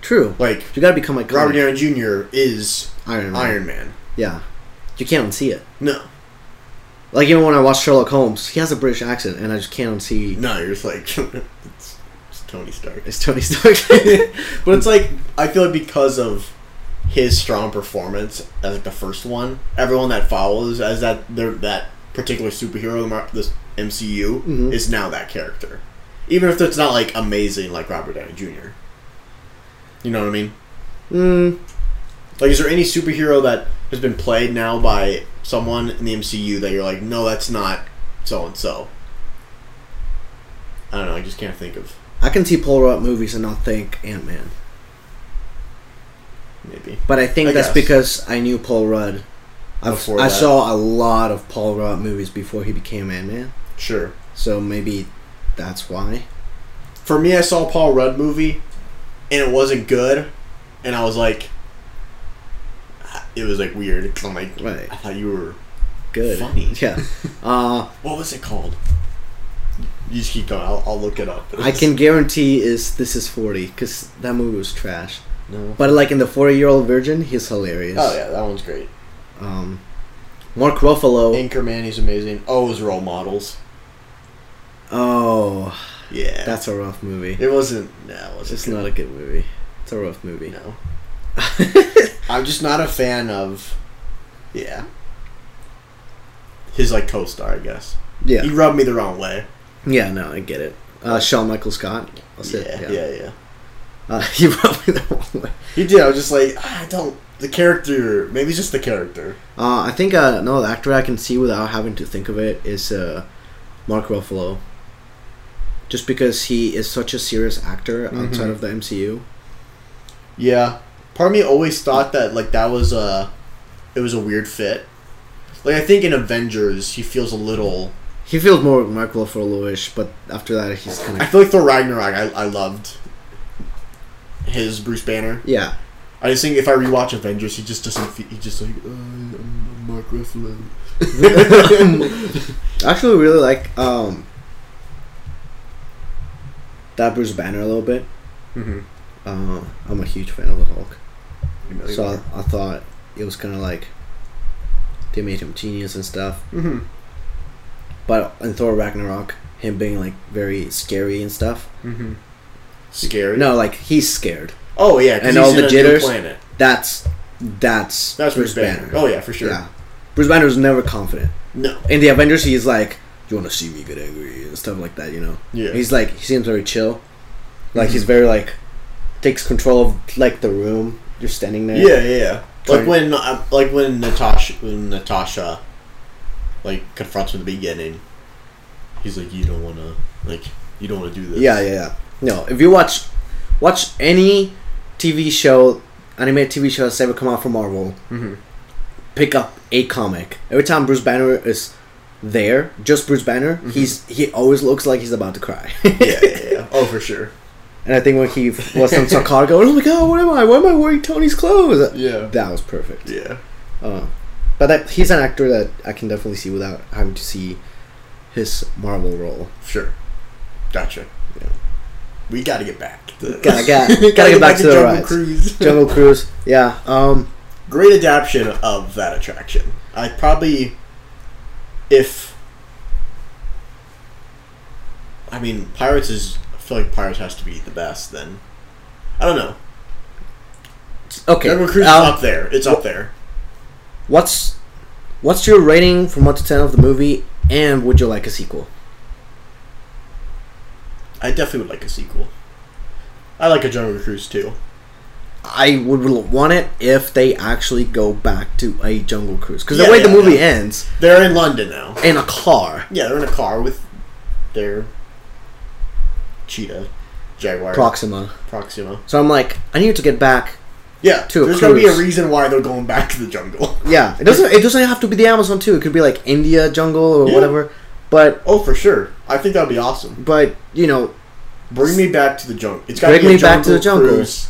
[SPEAKER 2] true.
[SPEAKER 1] like
[SPEAKER 2] You gotta become iconic.
[SPEAKER 1] Robert Downey Jr. is
[SPEAKER 2] Iron Man.
[SPEAKER 1] Iron Man.
[SPEAKER 2] Yeah, you can't unsee it.
[SPEAKER 1] No,
[SPEAKER 2] Like even when I watch Sherlock Holmes, he has a British accent, and I just can't unsee
[SPEAKER 1] no, you're just like it's, it's Tony Stark.
[SPEAKER 2] it's Tony Stark.
[SPEAKER 1] But it's like I feel like because of his strong performance as like the first one, everyone that follows as that their that particular superhero in mar- this MCU
[SPEAKER 2] Mhm.
[SPEAKER 1] is now that character, even if it's not like amazing like Robert Downey Jr. You know what I mean?
[SPEAKER 2] mm,
[SPEAKER 1] Like, is there any superhero that has been played now by someone in the MCU that you're like, no, that's not so and so? I don't know. I just can't think of
[SPEAKER 2] I can see Paul Rudd movies and not think Ant Man,
[SPEAKER 1] maybe.
[SPEAKER 2] but I think
[SPEAKER 1] I
[SPEAKER 2] that's
[SPEAKER 1] guess.
[SPEAKER 2] because I knew Paul Rudd. I've,
[SPEAKER 1] Before
[SPEAKER 2] I
[SPEAKER 1] that.
[SPEAKER 2] saw a lot of Paul Rudd movies before he became Ant Man,
[SPEAKER 1] Sure.
[SPEAKER 2] so maybe that's why.
[SPEAKER 1] For me, I saw a Paul Rudd movie, and it wasn't good, and I was like, "Ah," it was like weird. 'cause I'm like,
[SPEAKER 2] Right.
[SPEAKER 1] I thought you were.
[SPEAKER 2] Good.
[SPEAKER 1] Funny.
[SPEAKER 2] Yeah. Uh,
[SPEAKER 1] What was it called? You just keep going. I'll, I'll look it up.
[SPEAKER 2] I can guarantee is this is forty because that movie was trash.
[SPEAKER 1] No.
[SPEAKER 2] But like in the forty year old virgin, he's hilarious.
[SPEAKER 1] Oh yeah, that one's great.
[SPEAKER 2] Um, Mark Ruffalo.
[SPEAKER 1] Anchorman, he's amazing. Oh, his role models.
[SPEAKER 2] oh,
[SPEAKER 1] Yeah.
[SPEAKER 2] that's a rough movie.
[SPEAKER 1] It wasn't. No, it wasn't.
[SPEAKER 2] It's
[SPEAKER 1] good.
[SPEAKER 2] not a good movie. It's a rough movie.
[SPEAKER 1] No. I'm just not a fan of. Yeah. His like co-star, I guess. He
[SPEAKER 2] yeah.
[SPEAKER 1] rubbed me the wrong way.
[SPEAKER 2] Yeah. No, I get it. Uh, Sean Michael Scott. That's
[SPEAKER 1] yeah,
[SPEAKER 2] it.
[SPEAKER 1] yeah,
[SPEAKER 2] Yeah.
[SPEAKER 1] yeah,
[SPEAKER 2] Uh, he rubbed me the wrong way.
[SPEAKER 1] He did. I was just like, "Ah, I don't. The character. Maybe it's just the character.
[SPEAKER 2] Uh, I think uh, no, the actor I can see without having to think of it is uh, Mark Ruffalo. Just because he is such a serious actor outside of the MCU.
[SPEAKER 1] Yeah. Part of me always thought that like that was a, it was a weird fit. Like I think in Avengers he feels a little.
[SPEAKER 2] He feels more Mark Ruffalo-ish, but after that he's kind
[SPEAKER 1] I
[SPEAKER 2] of
[SPEAKER 1] feel like Thor Ragnarok. I, I loved. His Bruce Banner.
[SPEAKER 2] yeah.
[SPEAKER 1] I just think if I rewatch Avengers, he just doesn't. Fe- he just like uh, I'm I'm Mark Ruffalo.
[SPEAKER 2] I actually really like um that Bruce Banner a little bit.
[SPEAKER 1] Mhm.
[SPEAKER 2] Uh, I'm a huge fan of the Hulk,
[SPEAKER 1] You know,
[SPEAKER 2] so I, I thought it was kind of like they made him genius and stuff.
[SPEAKER 1] Mhm.
[SPEAKER 2] But in Thor Ragnarok, him being like very scary and stuff.
[SPEAKER 1] Mm-hmm. scary.
[SPEAKER 2] No, like he's scared.
[SPEAKER 1] Oh yeah,
[SPEAKER 2] And
[SPEAKER 1] and
[SPEAKER 2] all
[SPEAKER 1] all
[SPEAKER 2] the
[SPEAKER 1] the
[SPEAKER 2] jitters?
[SPEAKER 1] Planet.
[SPEAKER 2] That's that's
[SPEAKER 1] That's Bruce Banner. Oh yeah, for sure.
[SPEAKER 2] Yeah, Bruce Banner was never confident.
[SPEAKER 1] No.
[SPEAKER 2] In the Avengers, he's like, "You want to see me get angry and stuff like that," you know.
[SPEAKER 1] Yeah. Mm-hmm.
[SPEAKER 2] He's like he seems very chill. Like he's very like takes control of like the room. You're standing there.
[SPEAKER 1] yeah, yeah, yeah.
[SPEAKER 2] Sorry.
[SPEAKER 1] Like when, uh, like when Natasha, when Natasha, like confronts him in the beginning. He's like, you don't want to, like, you don't want to do this.
[SPEAKER 2] Yeah, yeah, yeah. No, if you watch watch any TV show, animated TV show that's ever come out from Marvel,
[SPEAKER 1] Mhm.
[SPEAKER 2] pick up a comic. Every time Bruce Banner is there, just Bruce Banner, he's he always looks like he's about to cry.
[SPEAKER 1] Mm-hmm. yeah, yeah, yeah. Oh, for sure.
[SPEAKER 2] And I think when he was on Sokar, going, "Oh my god, what am I? Why am I wearing Tony's clothes?"
[SPEAKER 1] Yeah.
[SPEAKER 2] That was perfect.
[SPEAKER 1] Yeah.
[SPEAKER 2] Uh, but that he's an actor that I can definitely see without having to see his Marvel role.
[SPEAKER 1] Sure. Gotcha. we got to get back. to-
[SPEAKER 2] Gotta- gotta-
[SPEAKER 1] we
[SPEAKER 2] gotta get back to the
[SPEAKER 1] Jungle
[SPEAKER 2] rides.
[SPEAKER 1] Cruise.
[SPEAKER 2] Jungle Cruise. Yeah. Um.
[SPEAKER 1] Great adaptation of that attraction. I probably, if, I mean, Pirates is. I feel like Pirates has to be the best. Then, I don't know.
[SPEAKER 2] Okay.
[SPEAKER 1] Jungle Cruise
[SPEAKER 2] um,
[SPEAKER 1] is up there. It's up there.
[SPEAKER 2] What's What's your rating from one to ten of the movie? And would you like a sequel?
[SPEAKER 1] I definitely would like a sequel. I like a Jungle Cruise too.
[SPEAKER 2] I would want it if they actually go back to a Jungle Cruise because
[SPEAKER 1] Yeah,
[SPEAKER 2] the way the
[SPEAKER 1] yeah,
[SPEAKER 2] movie
[SPEAKER 1] yeah.
[SPEAKER 2] ends
[SPEAKER 1] They're in London now.
[SPEAKER 2] in a car,
[SPEAKER 1] Yeah, they're in a car with their cheetah, jaguar,
[SPEAKER 2] Proxima.
[SPEAKER 1] Proxima.
[SPEAKER 2] So I'm like, I need to get back.
[SPEAKER 1] Yeah,
[SPEAKER 2] To a
[SPEAKER 1] there's gonna be a
[SPEAKER 2] cruise.
[SPEAKER 1] reason why they're going back to the jungle.
[SPEAKER 2] Yeah, it doesn't. It doesn't have to be the Amazon too. It could be like India jungle or
[SPEAKER 1] Yeah.
[SPEAKER 2] whatever. But
[SPEAKER 1] Oh, for sure. I think that'd be awesome.
[SPEAKER 2] but you know,
[SPEAKER 1] Bring me back to the jungle. It's gotta
[SPEAKER 2] Bring
[SPEAKER 1] be a
[SPEAKER 2] me back to the jungle.
[SPEAKER 1] Cruise.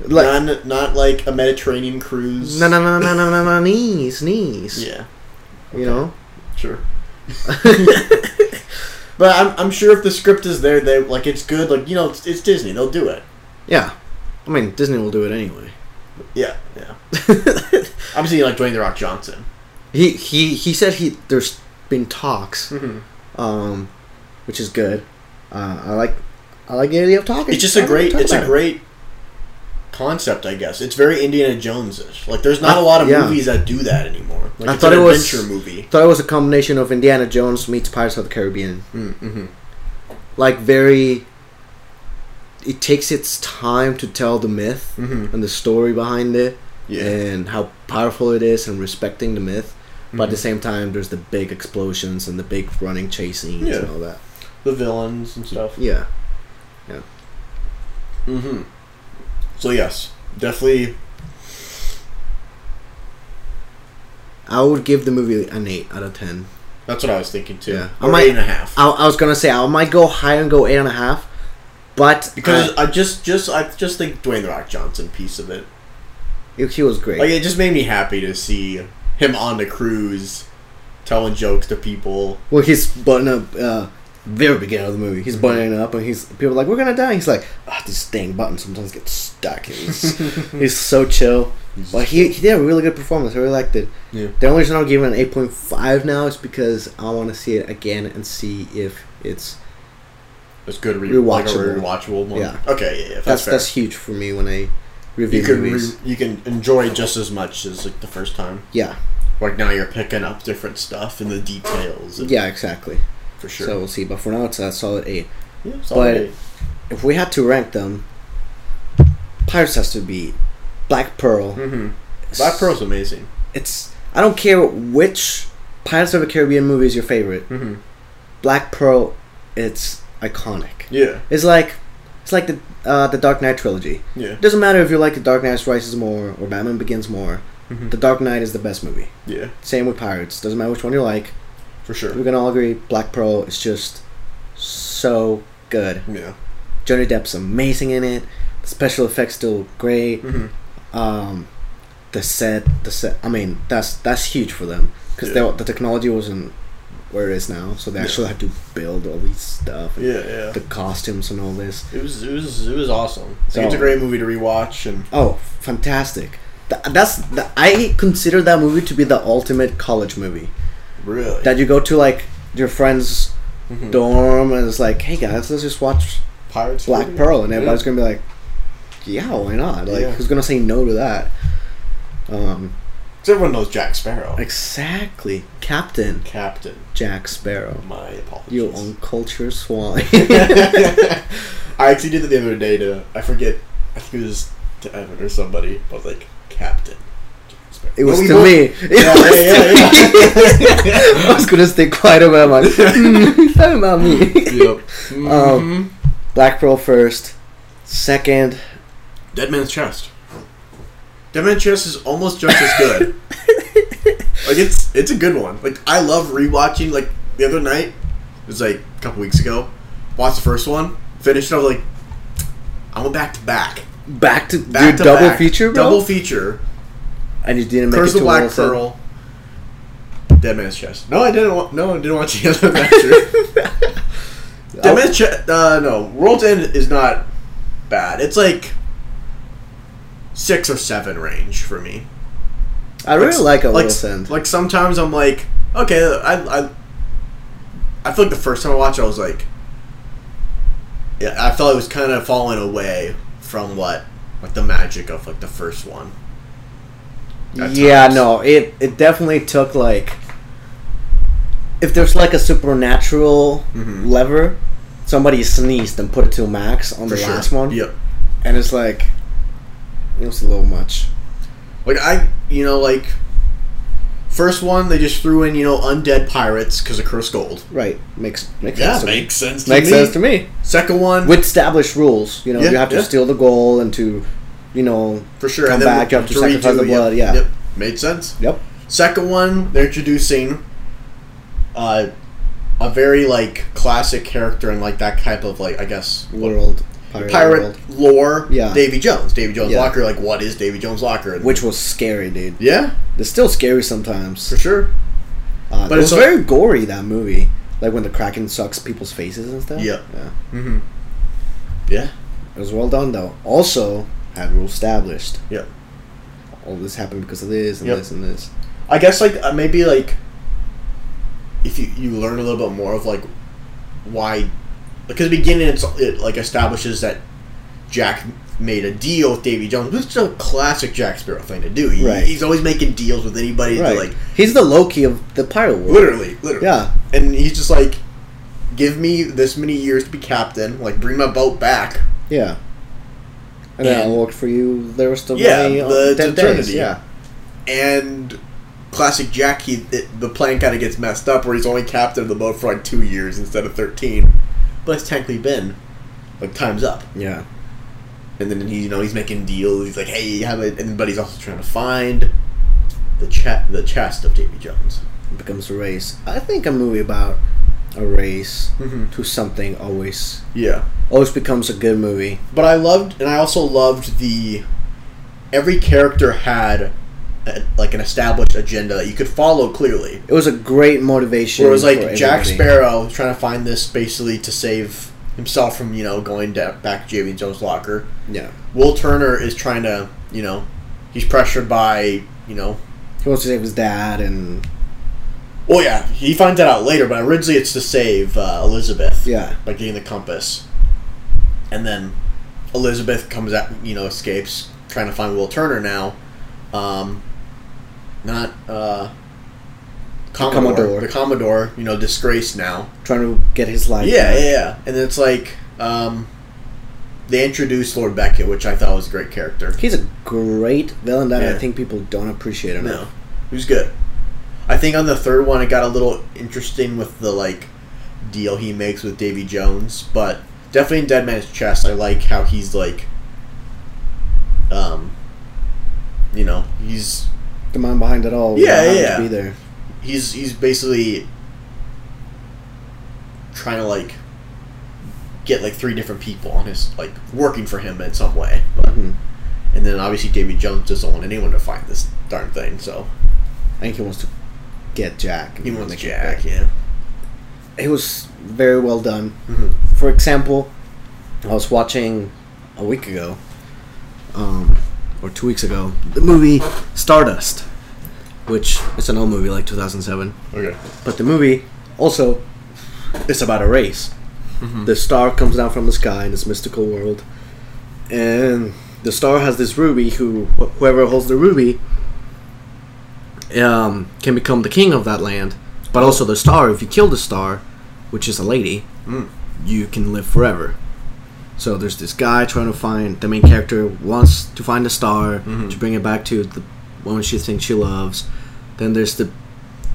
[SPEAKER 2] like
[SPEAKER 1] None- not like a Mediterranean cruise.
[SPEAKER 2] no no no no no no no knees knees.
[SPEAKER 1] Yeah,
[SPEAKER 2] You know.
[SPEAKER 1] sure. but I'm, I'm sure if the script is there, they like it's good. Like you know, it's, it's Disney. They'll do it.
[SPEAKER 2] Yeah. I mean, Disney will do it anyway.
[SPEAKER 1] Yeah, yeah. I'm seeing like Dwayne the Rock Johnson.
[SPEAKER 2] He he he said he there's been talks, um, which is good. Uh, I like I like the idea of talking.
[SPEAKER 1] It's just a
[SPEAKER 2] I don't
[SPEAKER 1] great.
[SPEAKER 2] talk
[SPEAKER 1] It's a
[SPEAKER 2] about it.
[SPEAKER 1] great concept, I guess. It's very Indiana Jones-ish. Like, there's not a lot of
[SPEAKER 2] Yeah.
[SPEAKER 1] movies that do that anymore. Like,
[SPEAKER 2] I
[SPEAKER 1] it's
[SPEAKER 2] thought
[SPEAKER 1] an
[SPEAKER 2] it was-
[SPEAKER 1] adventure movie.
[SPEAKER 2] Thought it was a combination of Indiana Jones meets Pirates of the Caribbean.
[SPEAKER 1] Mm-hmm.
[SPEAKER 2] Like very. It takes its time to tell the myth
[SPEAKER 1] Mm-hmm.
[SPEAKER 2] and the story behind it,
[SPEAKER 1] Yeah.
[SPEAKER 2] and how powerful it is, and respecting the myth. But at the
[SPEAKER 1] Mhm.
[SPEAKER 2] same time, there's the big explosions and the big running chase scenes
[SPEAKER 1] Yeah.
[SPEAKER 2] and all that.
[SPEAKER 1] The villains and stuff.
[SPEAKER 2] Yeah.
[SPEAKER 1] Mm-hmm. So yes, definitely.
[SPEAKER 2] I would give the movie an 8 out of 10.
[SPEAKER 1] That's what I was thinking too.
[SPEAKER 2] Yeah. I
[SPEAKER 1] Or
[SPEAKER 2] might-
[SPEAKER 1] eight and a half.
[SPEAKER 2] I, I was going to say, I might go higher and go 8.5, but
[SPEAKER 1] because
[SPEAKER 2] I-
[SPEAKER 1] I just, just, I just think Dwayne the Rock Johnson piece of it.
[SPEAKER 2] it- he was great.
[SPEAKER 1] Like, it just made me happy to see him on the cruise, telling jokes to people.
[SPEAKER 2] well, he's buttoning up, uh, very beginning of the movie, he's buttoning up, and he's people are like, we're going to die. He's like, ah, this dang button sometimes gets stuck. And He's, he's so chill. But he, he did a really good performance. I really liked it.
[SPEAKER 1] Yeah.
[SPEAKER 2] The only reason I'm giving it an 8.5 now is because I want to see it again and see if it's.
[SPEAKER 1] It's good re-
[SPEAKER 2] Rewatchable.
[SPEAKER 1] Like a rewatchable one.
[SPEAKER 2] Yeah.
[SPEAKER 1] Okay. Yeah. yeah that's
[SPEAKER 2] That's
[SPEAKER 1] fair.
[SPEAKER 2] that's huge for me when I review
[SPEAKER 1] you can
[SPEAKER 2] movies.
[SPEAKER 1] re- you can enjoy just as much as like the first time.
[SPEAKER 2] yeah,
[SPEAKER 1] Like now you're picking up different stuff and the details. And
[SPEAKER 2] yeah, exactly.
[SPEAKER 1] for sure.
[SPEAKER 2] So we'll see. But for now, it's a solid eight.
[SPEAKER 1] yeah,
[SPEAKER 2] but-
[SPEAKER 1] but,
[SPEAKER 2] If we had to rank them, Pirates has to be Black Pearl.
[SPEAKER 1] mm-hmm. Black Pearl's amazing.
[SPEAKER 2] It's I don't care which Pirates of the Caribbean movie is your favorite.
[SPEAKER 1] Mm-hmm.
[SPEAKER 2] Black Pearl, it's iconic.
[SPEAKER 1] Yeah,
[SPEAKER 2] It's like it's like the uh, the Dark Knight trilogy.
[SPEAKER 1] yeah,
[SPEAKER 2] It doesn't matter if you like the Dark Knight Rises more or Batman Begins more.
[SPEAKER 1] Mhm.
[SPEAKER 2] The Dark Knight is the best movie.
[SPEAKER 1] yeah,
[SPEAKER 2] Same with Pirates. Doesn't matter which one you like.
[SPEAKER 1] for
[SPEAKER 2] We're
[SPEAKER 1] sure.
[SPEAKER 2] gonna all agree Black Pearl is just so good.
[SPEAKER 1] Yeah,
[SPEAKER 2] Johnny Depp's amazing in it. The special effects still great.
[SPEAKER 1] mm-hmm.
[SPEAKER 2] Um, the set, the set. I mean, that's that's huge for them because
[SPEAKER 1] Yeah.
[SPEAKER 2] the technology wasn't where it is now, so they
[SPEAKER 1] Yeah.
[SPEAKER 2] actually had to build all these stuff, and
[SPEAKER 1] yeah, yeah.
[SPEAKER 2] the costumes and all this.
[SPEAKER 1] It was, it was, it was awesome. Like,
[SPEAKER 2] So-
[SPEAKER 1] it's a great movie to rewatch, and
[SPEAKER 2] Oh, fantastic! Th- that's the, I consider that movie to be the ultimate college movie
[SPEAKER 1] really,
[SPEAKER 2] that you go to like your friend's
[SPEAKER 1] Mhm.
[SPEAKER 2] dorm and it's like, hey guys, let's just watch
[SPEAKER 1] Pirates,
[SPEAKER 2] Black
[SPEAKER 1] movie?
[SPEAKER 2] Pearl, and
[SPEAKER 1] Yeah.
[SPEAKER 2] everybody's gonna be like, "Yeah, why not?" Like,
[SPEAKER 1] Yeah.
[SPEAKER 2] who's gonna say no to that? Um,
[SPEAKER 1] 'Cause everyone knows Jack Sparrow,
[SPEAKER 2] exactly, Captain
[SPEAKER 1] Captain.
[SPEAKER 2] Jack Sparrow,
[SPEAKER 1] My apologies.
[SPEAKER 2] you uncultured swine.
[SPEAKER 1] I actually did it the other day to I forget I think it was to Evan or somebody. I was like Captain.
[SPEAKER 2] It was
[SPEAKER 1] But we
[SPEAKER 2] to
[SPEAKER 1] both-
[SPEAKER 2] me. It
[SPEAKER 1] Yeah,
[SPEAKER 2] was
[SPEAKER 1] yeah,
[SPEAKER 2] to me. I was gonna stay quiet about my. Mm, talking about me.
[SPEAKER 3] Yep.
[SPEAKER 1] Mm-hmm.
[SPEAKER 2] Um, Black Pearl first, second.
[SPEAKER 1] Dead Man's Chest. Dead Man's Chest is almost just as good. like it's it's a good one. Like I love rewatching. Like the other night, it was like a couple weeks ago. Watched the first one, finished. it, I was like, I went back to back,
[SPEAKER 2] Back to
[SPEAKER 1] back
[SPEAKER 2] your
[SPEAKER 1] to
[SPEAKER 2] double
[SPEAKER 1] back.
[SPEAKER 2] feature, bro.
[SPEAKER 1] double feature.
[SPEAKER 2] and you didn't make
[SPEAKER 1] Curse
[SPEAKER 2] it
[SPEAKER 1] of
[SPEAKER 2] to
[SPEAKER 1] Black
[SPEAKER 2] Wilson.
[SPEAKER 1] Pearl. Dead Man's Chest. No, I didn't. Wa- no, I didn't watch the other. That's true. Dementia. Uh, no, World's End is not bad. It's like six or seven range for me.
[SPEAKER 2] I really like a
[SPEAKER 1] like,
[SPEAKER 2] World's End.
[SPEAKER 1] Like sometimes I'm like, okay, I, I, I feel like the first time I watched, it, I was like, yeah, I felt it was kind of falling away from what, like the magic of like the first one. at
[SPEAKER 2] Yeah,
[SPEAKER 1] times.
[SPEAKER 2] no, it it definitely took like if there's like a supernatural
[SPEAKER 1] Mhm.
[SPEAKER 2] lever, somebody sneezed and put it to max on
[SPEAKER 1] For
[SPEAKER 2] the
[SPEAKER 1] sure.
[SPEAKER 2] last one,
[SPEAKER 1] Yep.
[SPEAKER 2] and it's like it was a little much.
[SPEAKER 1] Like I, you know, like first one they just threw in, you know, undead pirates because of cursed gold.
[SPEAKER 2] Right? Makes makes sense. to me.
[SPEAKER 1] sense.
[SPEAKER 2] makes sense to me.
[SPEAKER 1] Second one
[SPEAKER 2] With established rules, you know,
[SPEAKER 1] Yeah,
[SPEAKER 2] you have to
[SPEAKER 1] yeah.
[SPEAKER 2] steal the gold and to, you know,
[SPEAKER 1] for sure.
[SPEAKER 2] come
[SPEAKER 1] and then
[SPEAKER 2] back, you have to
[SPEAKER 1] three,
[SPEAKER 2] sacrifice
[SPEAKER 1] two,
[SPEAKER 2] the
[SPEAKER 1] yep,
[SPEAKER 2] blood, yeah.
[SPEAKER 1] Yep. Made sense.
[SPEAKER 2] yep,
[SPEAKER 1] Second one, they're introducing uh, a very like classic character in like that type of like I guess
[SPEAKER 2] world pirate,
[SPEAKER 1] pirate
[SPEAKER 2] world,
[SPEAKER 1] lore.
[SPEAKER 2] Yeah.
[SPEAKER 1] Davy Jones, Davy Jones
[SPEAKER 2] Yeah.
[SPEAKER 1] Locker. Like, what is Davy Jones Locker? And-
[SPEAKER 2] which was scary, dude.
[SPEAKER 1] yeah,
[SPEAKER 2] It's still scary sometimes.
[SPEAKER 1] for sure.
[SPEAKER 2] Uh,
[SPEAKER 1] But
[SPEAKER 2] but it was
[SPEAKER 1] it's
[SPEAKER 2] very gory that movie, like when the kraken sucks people's faces and stuff.
[SPEAKER 1] Yeah.
[SPEAKER 2] yeah,
[SPEAKER 1] Mm-hmm. Yeah,
[SPEAKER 2] it was well done though. Also had rules established.
[SPEAKER 1] yeah.
[SPEAKER 2] All this happened because of this and
[SPEAKER 1] Yep.
[SPEAKER 2] this and this.
[SPEAKER 1] I guess like uh, maybe like if you you learn a little bit more of like why because the beginning it's it like establishes that Jack made a deal with Davy Jones, which is a classic Jack Sparrow thing to do. He-
[SPEAKER 2] Right.
[SPEAKER 1] He's always making deals with anybody to
[SPEAKER 2] Right,
[SPEAKER 1] like
[SPEAKER 2] he's the Loki of the pirate world.
[SPEAKER 1] literally, literally.
[SPEAKER 2] Yeah,
[SPEAKER 1] And he's just like, give me this many years to be captain. Like, bring my boat back.
[SPEAKER 2] yeah. And then
[SPEAKER 1] And-
[SPEAKER 2] I'll work for you the rest of
[SPEAKER 1] Yeah,
[SPEAKER 2] my uh,
[SPEAKER 1] the-
[SPEAKER 2] 10
[SPEAKER 1] the eternity.
[SPEAKER 2] days. Yeah,
[SPEAKER 1] And classic Jack, he it, the plan kind of gets messed up where he's only captain of the boat for like two years instead of thirteen. But it's technically been like time's up.
[SPEAKER 2] yeah.
[SPEAKER 1] And then he, you know, he's making deals. He's like, "Hey, have it," and but he's also trying to find the chat, the chest of Davy Jones.
[SPEAKER 2] It becomes a race. I think a movie about a race
[SPEAKER 1] Mm-hmm.
[SPEAKER 2] to something always
[SPEAKER 1] Yeah,
[SPEAKER 2] always becomes a good movie.
[SPEAKER 1] but I loved, and I also loved the every character had a, like an established agenda that you could follow clearly.
[SPEAKER 2] It was a great motivation.
[SPEAKER 1] Where it was like
[SPEAKER 2] for
[SPEAKER 1] Jack
[SPEAKER 2] everybody.
[SPEAKER 1] Sparrow trying to find this basically to save himself from you know going da- back to Davy Jones' locker.
[SPEAKER 2] Yeah.
[SPEAKER 1] Will Turner is trying to you know he's pressured by you know
[SPEAKER 2] He wants to save his dad and
[SPEAKER 1] Well, yeah, he finds that out later, but originally it's to save uh, Elizabeth
[SPEAKER 2] yeah,
[SPEAKER 1] by getting the compass, and then Elizabeth comes out, you know, escapes, trying to find Will Turner now. Um, not uh, Commodore,
[SPEAKER 2] Commodore.
[SPEAKER 1] the Commodore, you know, disgraced now.
[SPEAKER 2] trying to get his life.
[SPEAKER 1] Yeah,
[SPEAKER 2] back.
[SPEAKER 1] yeah, yeah. And it's like um, they introduced Lord Beckett, which I thought was a great character.
[SPEAKER 2] He's a great villain that I
[SPEAKER 1] Yeah.
[SPEAKER 2] think people don't appreciate
[SPEAKER 1] No,
[SPEAKER 2] enough.
[SPEAKER 1] he was good. I think on the third one, it got a little interesting with the like deal he makes with Davy Jones, but definitely in Dead Man's Chest, I like how he's like, um, you know, he's
[SPEAKER 2] The man behind it all.
[SPEAKER 1] Yeah,
[SPEAKER 2] wanted
[SPEAKER 1] yeah.
[SPEAKER 2] To be there.
[SPEAKER 1] he's he's basically trying to like get like three different people on his like working for him in some way, but,
[SPEAKER 2] Mhm.
[SPEAKER 1] and then obviously Davy Jones doesn't want anyone to find this darn thing, so
[SPEAKER 2] I think he wants to get Jack.
[SPEAKER 1] he wants
[SPEAKER 2] Make it
[SPEAKER 1] Jack,
[SPEAKER 2] back.
[SPEAKER 1] yeah.
[SPEAKER 2] It was very well done.
[SPEAKER 1] Mhm.
[SPEAKER 2] For example, I was watching a week ago, um, or two weeks ago, the movie Stardust, which it's an old movie like 2007.
[SPEAKER 1] Okay.
[SPEAKER 2] But the movie also it's about a race. The star comes down from the sky in this mystical world, and the star has this ruby. Who wh- whoever holds the ruby um, can become the king of that land. But also the star. If you kill the star, which is a lady,
[SPEAKER 1] Mm.
[SPEAKER 2] you can live forever. So there's this guy trying to find the main character wants to find the star to bring it back to the woman she thinks she loves. Then there's the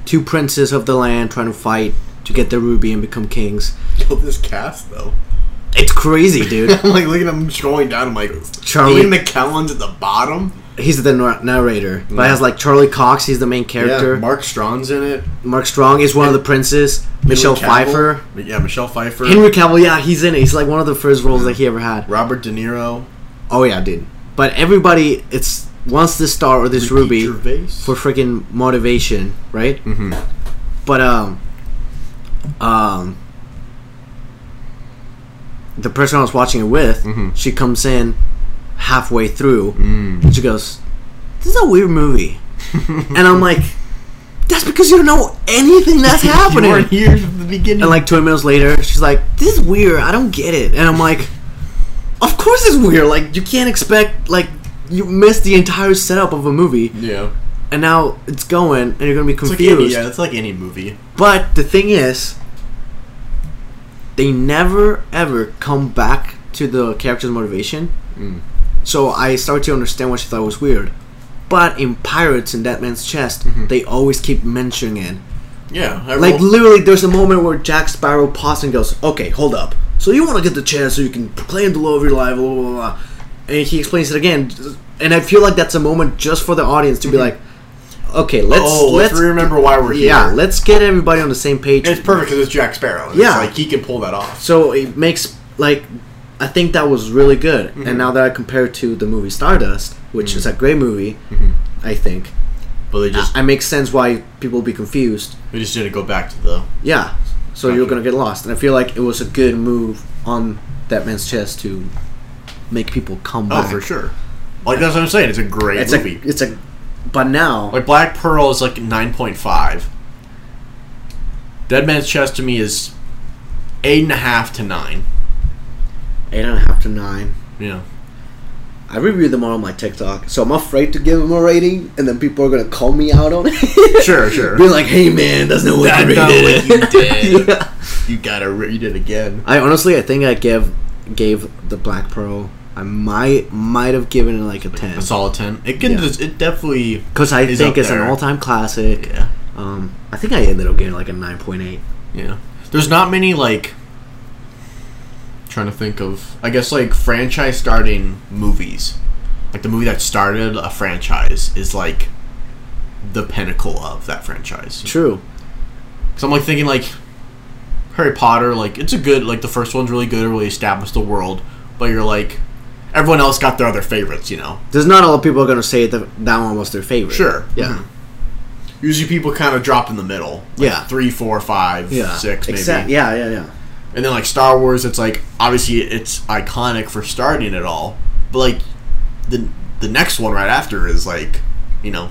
[SPEAKER 2] two princes of the land trying to fight to get the ruby and become kings.
[SPEAKER 1] Yo, this cast though.
[SPEAKER 2] It's crazy, dude.
[SPEAKER 1] I'm like looking at him scrolling down. I'm like,
[SPEAKER 2] Charlie-
[SPEAKER 1] Ian McKellen's at the bottom.
[SPEAKER 2] he's the nar- narrator, but it has like Charlie Cox. He's the main character. Mark-,
[SPEAKER 1] Mark Strong's in it.
[SPEAKER 2] Strong is one of the princes. Michelle
[SPEAKER 1] Henry Cavill.
[SPEAKER 2] Pfeiffer,
[SPEAKER 1] Yeah, Michelle Pfeiffer.
[SPEAKER 2] Henry Cavill. Yeah, he's in it. He's like one of the first roles that he ever had.
[SPEAKER 1] Robert De Niro.
[SPEAKER 2] Oh yeah, dude. But everybody, it's wants this star or this ruby.
[SPEAKER 1] Ricky Gervais.
[SPEAKER 2] for freaking motivation, right? Mm-hmm. But um, um, the person I was watching it with,
[SPEAKER 1] Mhm.
[SPEAKER 2] she comes in halfway through
[SPEAKER 1] Mm.
[SPEAKER 2] and she goes, "This is a weird movie," and I'm like, "That's because you don't know anything that's happening."
[SPEAKER 1] You weren't here from the beginning.
[SPEAKER 2] And like 20 minutes later, she's like, "This is weird. I don't get it." And I'm like, "Of course it's weird. Like you can't expect like you missed the entire setup of a movie,
[SPEAKER 1] yeah.
[SPEAKER 2] and now it's going, and you're gonna be
[SPEAKER 1] It's like any,
[SPEAKER 2] confused."
[SPEAKER 1] yeah, it's like any movie.
[SPEAKER 2] But the thing is, they never ever come back to the character's motivation.
[SPEAKER 1] Mm.
[SPEAKER 2] So I started to understand what she thought was weird. But in Pirates in That Man's Chest,
[SPEAKER 1] Mm-hmm.
[SPEAKER 2] they always keep mentioning it.
[SPEAKER 1] Yeah, I
[SPEAKER 2] Like
[SPEAKER 1] roll-
[SPEAKER 2] literally, there's a moment where Jack Sparrow pauses and goes, "Okay, hold up. So you want to get the chance so you can claim the love of your life, blah blah blah." blah." And he explains it again, and I feel like that's a moment just for the audience to be like, "Okay, let's
[SPEAKER 1] oh, let's,
[SPEAKER 2] let's
[SPEAKER 1] remember why we're here.
[SPEAKER 2] yeah, let's get everybody on the same page."
[SPEAKER 1] It's perfect because it's Jack Sparrow. It's
[SPEAKER 2] Yeah.
[SPEAKER 1] like he can pull that off.
[SPEAKER 2] So it makes like I think that was really good.
[SPEAKER 1] Mm-hmm.
[SPEAKER 2] And now that I compare it to the movie Stardust, which is a great movie, I think
[SPEAKER 1] But they Mm-hmm. just
[SPEAKER 2] I makes sense why people be confused.
[SPEAKER 1] they just didn't go back to the.
[SPEAKER 2] Yeah, so you're gonna get lost, and I feel like it was a good move on that man's chest to make people come
[SPEAKER 1] Oh,
[SPEAKER 2] back.
[SPEAKER 1] for sure. Like that's what I'm saying. It's a great
[SPEAKER 2] It's
[SPEAKER 1] movie.
[SPEAKER 2] a it's a, but now
[SPEAKER 1] Like Black Pearl is like nine point five. Dead Man's Chest to me is eight and a half to nine.
[SPEAKER 2] eight and a half to nine.
[SPEAKER 1] Yeah.
[SPEAKER 2] I review them all on my TikTok, so I'm afraid to give them a rating, and then people are gonna call me out on it.
[SPEAKER 1] Sure, sure.
[SPEAKER 2] Be like, "Hey man, that's not what
[SPEAKER 1] That's
[SPEAKER 2] you
[SPEAKER 1] not
[SPEAKER 2] rated it."
[SPEAKER 1] what you did.
[SPEAKER 2] Yeah.
[SPEAKER 1] You gotta read it again.
[SPEAKER 2] I honestly, I think I give gave the Black Pearl. I might might have given it like a ten
[SPEAKER 1] A solid ten. It can.
[SPEAKER 2] Yeah.
[SPEAKER 1] just- It definitely.
[SPEAKER 2] because I
[SPEAKER 1] It's
[SPEAKER 2] think
[SPEAKER 1] up
[SPEAKER 2] it's an
[SPEAKER 1] there.
[SPEAKER 2] all time classic.
[SPEAKER 1] Yeah.
[SPEAKER 2] Um, I think I ended up getting like a nine point eight.
[SPEAKER 1] Yeah. There's not many like trying to think of I guess like franchise starting movies. Like the movie that started a franchise is like the pinnacle of that franchise.
[SPEAKER 2] True.
[SPEAKER 1] Cuz I'm like thinking like Harry Potter like it's a good like the first one's really good it really established the world, but you're like everyone else got their other favorites, you know.
[SPEAKER 2] There's not a lot of people are gonna say that that one was their favorite.
[SPEAKER 1] Sure.
[SPEAKER 2] Yeah.
[SPEAKER 1] Mhm. Usually people kind of drop in the middle. Like
[SPEAKER 2] Yeah.
[SPEAKER 1] three, four, five,
[SPEAKER 2] Yeah.
[SPEAKER 1] six, maybe.
[SPEAKER 2] Exact- yeah, yeah, yeah.
[SPEAKER 1] And then like Star Wars, it's like obviously it's iconic for starting it all, but like the the next one right after is like you know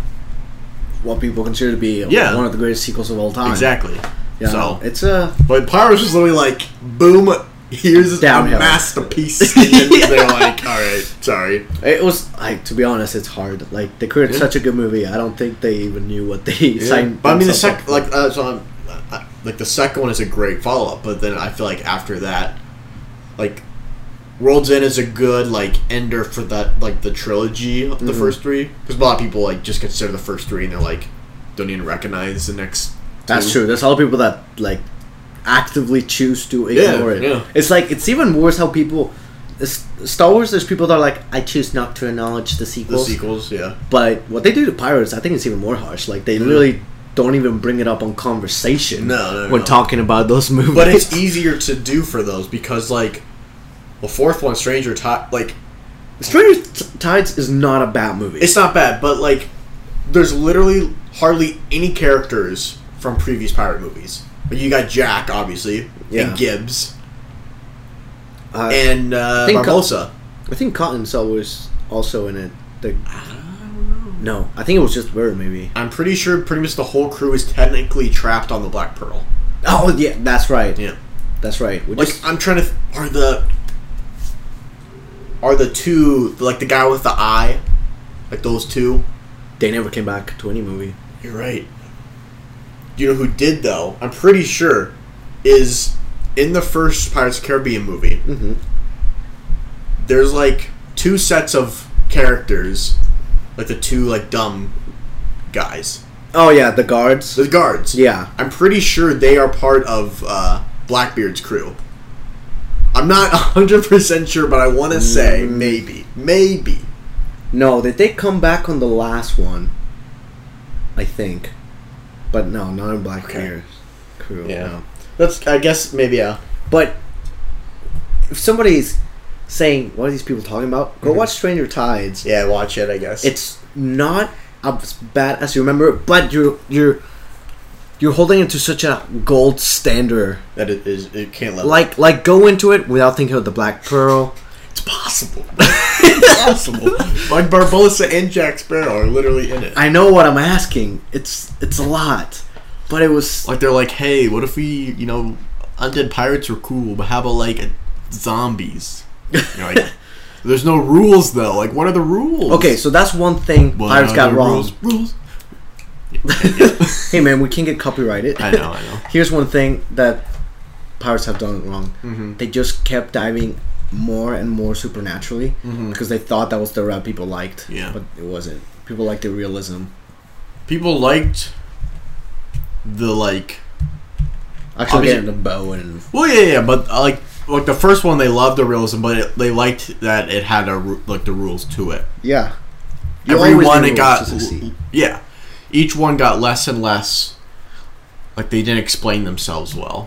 [SPEAKER 2] What people consider to be
[SPEAKER 1] Yeah.
[SPEAKER 2] one of the greatest sequels of all time.
[SPEAKER 1] exactly.
[SPEAKER 2] Yeah.
[SPEAKER 1] So
[SPEAKER 2] it's uh, a
[SPEAKER 1] but Pirates was literally like boom, here's
[SPEAKER 2] Downhill.
[SPEAKER 1] a masterpiece, and then they're like, all right, sorry.
[SPEAKER 2] it was like to be honest, it's hard. Like they created
[SPEAKER 1] Yeah.
[SPEAKER 2] such a good movie. I don't think they even knew what they signed.
[SPEAKER 1] But I mean the
[SPEAKER 2] themselves up
[SPEAKER 1] second
[SPEAKER 2] for.
[SPEAKER 1] like uh, so I'm, uh, like the second one is a great follow up, but then I feel like after that, like. World's End is a good like ender for that like the trilogy of the
[SPEAKER 2] Mhm.
[SPEAKER 1] first three because a lot of people like just consider the first three and they're like don't even recognize the next.
[SPEAKER 2] That's
[SPEAKER 1] two.
[SPEAKER 2] true. There's a lot of people that like actively choose to ignore it.
[SPEAKER 1] yeah.
[SPEAKER 2] It's like it's even worse how people. S- Star Wars, there's people that are like, I choose not to acknowledge the
[SPEAKER 1] The
[SPEAKER 2] sequels.
[SPEAKER 1] sequels, yeah.
[SPEAKER 2] but what they do to pirates, I think it's even more harsh. Like they literally don't even bring it up on conversation
[SPEAKER 1] No, no,
[SPEAKER 2] when
[SPEAKER 1] no.
[SPEAKER 2] talking about those movies.
[SPEAKER 1] But it's easier to do for those because like the fourth one, Stranger Tide, like
[SPEAKER 2] Stranger T- Tides is not a bad movie.
[SPEAKER 1] it's not bad, but like there's literally hardly any characters from previous pirate movies. Like you got Jack, obviously,
[SPEAKER 2] Yeah.
[SPEAKER 1] and Gibbs,
[SPEAKER 2] Uh,
[SPEAKER 1] and uh,
[SPEAKER 2] think-
[SPEAKER 1] Barbosa.
[SPEAKER 2] I think Cotton's always also in it. The, no, I think it was just Bird maybe.
[SPEAKER 1] I'm pretty sure pretty much the whole crew is technically trapped on the Black Pearl.
[SPEAKER 2] Oh yeah, that's right.
[SPEAKER 1] Yeah.
[SPEAKER 2] That's right. We
[SPEAKER 1] Like
[SPEAKER 2] just
[SPEAKER 1] I'm trying to. Th- are the are the two like the guy with the eye, like those two?
[SPEAKER 2] they never came back to any movie.
[SPEAKER 1] You're right. You know who did though? I'm pretty sure is in the first Pirates of the Caribbean movie.
[SPEAKER 2] Mm-hmm.
[SPEAKER 1] There's like two sets of characters, like the two like dumb guys,
[SPEAKER 2] Oh yeah, the guards.
[SPEAKER 1] the guards.
[SPEAKER 2] Yeah,
[SPEAKER 1] I'm pretty sure they are part of uh, Blackbeard's crew. I'm not 100% sure, but I want to say
[SPEAKER 2] Mm.
[SPEAKER 1] maybe. Maybe.
[SPEAKER 2] no, did they come back on the last one? I think, but no, not in Black
[SPEAKER 1] Okay.
[SPEAKER 2] Mirror crew.
[SPEAKER 1] Yeah.
[SPEAKER 2] no.
[SPEAKER 1] That's, I guess, maybe, yeah.
[SPEAKER 2] but if somebody's saying, "What are these people talking about?" Go watch Stranger Tides.
[SPEAKER 1] Yeah, watch it, I guess.
[SPEAKER 2] It's not as bad as you remember, but you're you're you're holding it to such a gold standard.
[SPEAKER 1] That it is it can't let
[SPEAKER 2] Like like go into it without thinking of the Black Pearl.
[SPEAKER 1] it's possible. it's possible. Like Barbosa and Jack Sparrow are literally in it.
[SPEAKER 2] I know what I'm asking. It's it's a lot, but it was
[SPEAKER 3] Like they're like, hey, what if we, you know, undead pirates are cool, but how about like zombies? You're like, there's no rules though. Like, what are the rules?
[SPEAKER 2] okay. So that's one thing
[SPEAKER 3] What
[SPEAKER 2] Pirates
[SPEAKER 3] are
[SPEAKER 2] got
[SPEAKER 3] the
[SPEAKER 2] wrong.
[SPEAKER 3] Rules, rules.
[SPEAKER 2] Hey man, we can't get copyrighted.
[SPEAKER 3] I know, I know.
[SPEAKER 2] Here's one thing that pirates have done wrong. They just kept diving more and more supernaturally because they thought that was the route people liked.
[SPEAKER 3] Mm-hmm. Yeah.
[SPEAKER 2] but it wasn't. People liked the realism.
[SPEAKER 3] People liked the like.
[SPEAKER 2] Actually,
[SPEAKER 3] Obviously-
[SPEAKER 2] getting the bow and
[SPEAKER 3] Well, yeah, yeah, but uh, like, like the first one, they loved the realism, but it, they liked that it had a ru- like the rules to it.
[SPEAKER 2] yeah.
[SPEAKER 3] Everyone it got yeah, each one got less and less. Like they didn't explain themselves well.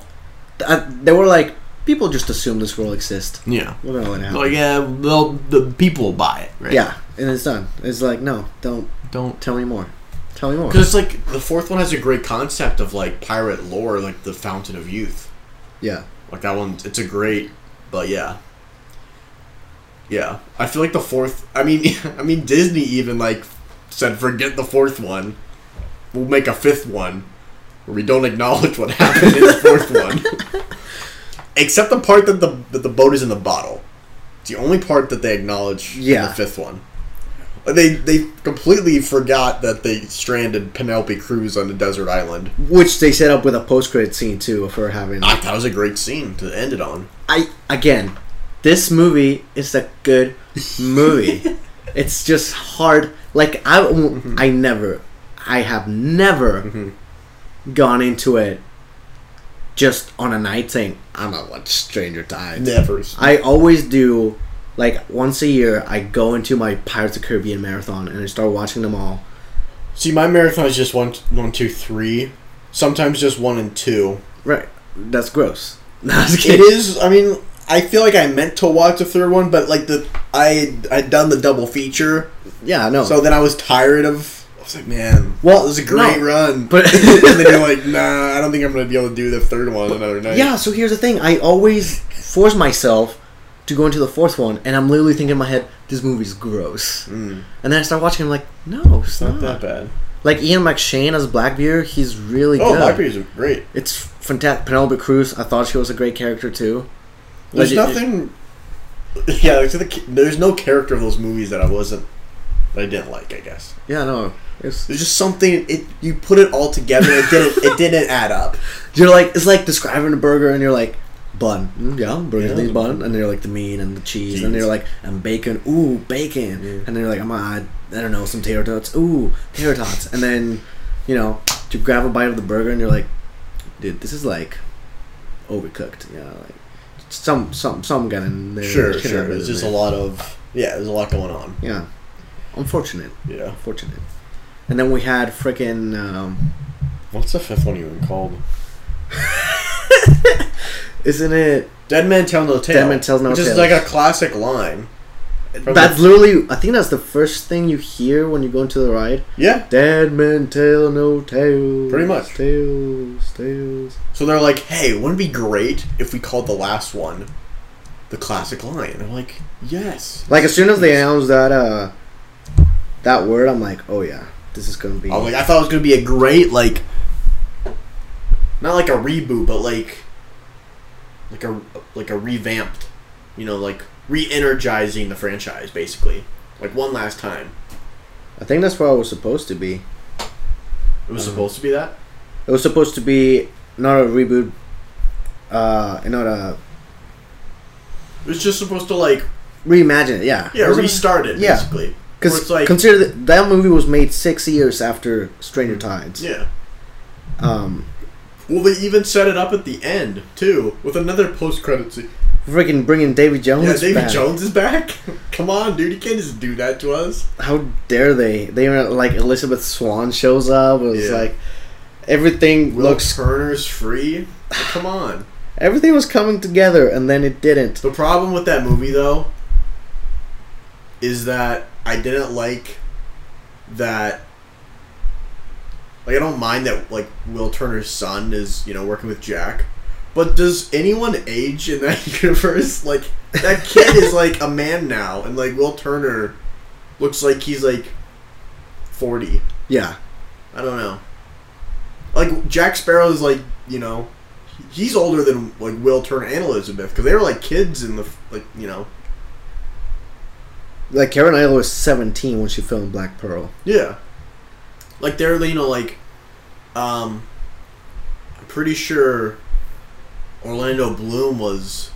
[SPEAKER 2] Uh, they were like, people just assume this world exists.
[SPEAKER 3] Yeah.
[SPEAKER 2] We're gonna let it happen.
[SPEAKER 3] Like yeah, well, the people will buy it, right?
[SPEAKER 2] yeah, and it's done. It's like, no, don't
[SPEAKER 3] Don't.
[SPEAKER 2] tell me more. Tell me more.
[SPEAKER 1] Because it's like the fourth one has a great concept of like pirate lore, like the Fountain of Youth.
[SPEAKER 2] Yeah,
[SPEAKER 1] Like that one, it's a great, but yeah, yeah. I feel like the fourth. I mean, I mean Disney even like said, forget the fourth one. We'll make a fifth one where we don't acknowledge what happened in the fourth one, except the part that the that the boat is in the bottle. It's the only part that they acknowledge in
[SPEAKER 2] Yeah.
[SPEAKER 1] the fifth one. They they completely forgot that they stranded Penelope Cruz on a desert island.
[SPEAKER 2] which they set up with a post credit scene too of her having.
[SPEAKER 1] I thought it was a great scene to end it on.
[SPEAKER 2] I again, this movie is a good movie. it's just hard. Like I,
[SPEAKER 1] Mm-hmm.
[SPEAKER 2] I never, I have never
[SPEAKER 1] Mm-hmm.
[SPEAKER 2] gone into it just on a night saying I'm gonna watch Stranger Tides.
[SPEAKER 1] Never.
[SPEAKER 2] I always do. Like once a year, I go into my Pirates of the Caribbean marathon and I start watching them all.
[SPEAKER 1] See, my marathon is just one, one, two, three. Sometimes just one and two.
[SPEAKER 2] Right, that's gross. No, I was
[SPEAKER 1] It
[SPEAKER 2] kidding.
[SPEAKER 1] is. I mean, I feel like I meant to watch the third one, but like the I I'd done the double feature,
[SPEAKER 2] Yeah, I know.
[SPEAKER 1] so then I was tired of. I was like, man,
[SPEAKER 2] Oh. Well,
[SPEAKER 1] well, it was a great
[SPEAKER 2] no,
[SPEAKER 1] run,
[SPEAKER 2] but-
[SPEAKER 1] and then you're like, nah, I don't think I'm gonna be able to do the third one another night.
[SPEAKER 2] Yeah, so here's the thing. I always force myself to go into the fourth one, and I'm literally thinking in my head, this movie's gross.
[SPEAKER 1] Mm,
[SPEAKER 2] And then I start watching, I'm like, no, it's
[SPEAKER 1] it's
[SPEAKER 2] not.
[SPEAKER 1] not that bad.
[SPEAKER 2] Like Ian McShane as Blackbeard, he's really
[SPEAKER 1] Oh,
[SPEAKER 2] good.
[SPEAKER 1] Blackbeard's are great.
[SPEAKER 2] It's fantastic. Penelope Cruz, I thought she was a great character too.
[SPEAKER 1] There's
[SPEAKER 2] Like, it-
[SPEAKER 1] nothing. Yeah, like, to the, ca- there's no character of those movies that I wasn't that I didn't like. I guess.
[SPEAKER 2] Yeah, no. It's,
[SPEAKER 1] There's just something it you put it all together. It didn't it didn't add up.
[SPEAKER 2] you're like, it's like describing a burger, and you're like, bun. Mm, yeah, burger's
[SPEAKER 1] Yeah.
[SPEAKER 2] need bun. And then you're like, the meat and the cheese. And then
[SPEAKER 1] Cheese.
[SPEAKER 2] you're like, and bacon. Ooh, bacon. And then you're like, I'm gonna add, I don't know, some tater tots. Ooh, tater tots. And then, you know, you grab a bite of the burger, and you're like, dude, this is like overcooked. Yeah, like some some some got in there.
[SPEAKER 1] Sure,
[SPEAKER 2] Shouldn't
[SPEAKER 1] sure.
[SPEAKER 2] have been
[SPEAKER 1] There's
[SPEAKER 2] in
[SPEAKER 1] just a
[SPEAKER 2] there.
[SPEAKER 1] lot of yeah. There's a lot going on.
[SPEAKER 2] Yeah, unfortunate,
[SPEAKER 1] Yeah.
[SPEAKER 2] unfortunate. And then we had freaking um,
[SPEAKER 1] What's the fifth one even called?
[SPEAKER 2] isn't it?
[SPEAKER 1] Dead man tell no tale.
[SPEAKER 2] Dead Man Tells No
[SPEAKER 1] Which is
[SPEAKER 2] Tales.
[SPEAKER 1] like a classic line. From
[SPEAKER 2] That's
[SPEAKER 1] the-
[SPEAKER 2] literally. I think that's the first thing you hear when you go into the ride.
[SPEAKER 1] yeah.
[SPEAKER 2] Dead men tell no tales.
[SPEAKER 1] Pretty much.
[SPEAKER 2] Tales, tales.
[SPEAKER 1] So they're like, hey, wouldn't it be great if we called the last one the classic line? And I'm like, yes.
[SPEAKER 2] Like as soon as they announced that uh, that word, I'm like, oh yeah, this is gonna be.
[SPEAKER 1] I was like, I thought it was gonna be a great like, not like a reboot, but like, like a like a revamped, you know, like re-energizing the franchise basically, like one last time.
[SPEAKER 2] I think that's what it was supposed to be.
[SPEAKER 1] It
[SPEAKER 2] Uh-huh.
[SPEAKER 1] was supposed to be that.
[SPEAKER 2] It was supposed to be not a reboot, uh, not a
[SPEAKER 1] It was just supposed to like
[SPEAKER 2] reimagine. It. Yeah.
[SPEAKER 1] yeah
[SPEAKER 2] It was a-
[SPEAKER 1] restart it
[SPEAKER 2] yeah.
[SPEAKER 1] basically. Where
[SPEAKER 2] Because
[SPEAKER 1] it's like
[SPEAKER 2] consider that, that movie was made six years after Stranger Tides.
[SPEAKER 1] Mm. yeah.
[SPEAKER 2] Um,
[SPEAKER 1] Well, they even set it up at the end too with another post credit scene.
[SPEAKER 2] freaking bringing Davy Jones.
[SPEAKER 1] Yeah, Davy
[SPEAKER 2] back.
[SPEAKER 1] Jones is back. Come on, dude, you can't just do that to us.
[SPEAKER 2] How dare they? They were like Elizabeth Swan shows up. It was
[SPEAKER 1] Yeah.
[SPEAKER 2] like everything
[SPEAKER 1] Will
[SPEAKER 2] looks.
[SPEAKER 1] Turner's free. Like, come on.
[SPEAKER 2] Everything was coming together, and then it didn't.
[SPEAKER 1] The problem with that movie, though, is that I didn't like that. Like I don't mind that like Will Turner's son is you know working with Jack, but does anyone age in that universe? Like that kid is like a man now, and like Will Turner looks like he's like forty.
[SPEAKER 2] Yeah.
[SPEAKER 1] I don't know. Like Jack Sparrow is like you know, he's older than like Will Turner and Elizabeth because they were like kids in the f- like you know
[SPEAKER 2] Like Karen Idol was 17 when she filmed Black Pearl.
[SPEAKER 1] Yeah. Like they're you know like um I'm pretty sure Orlando Bloom was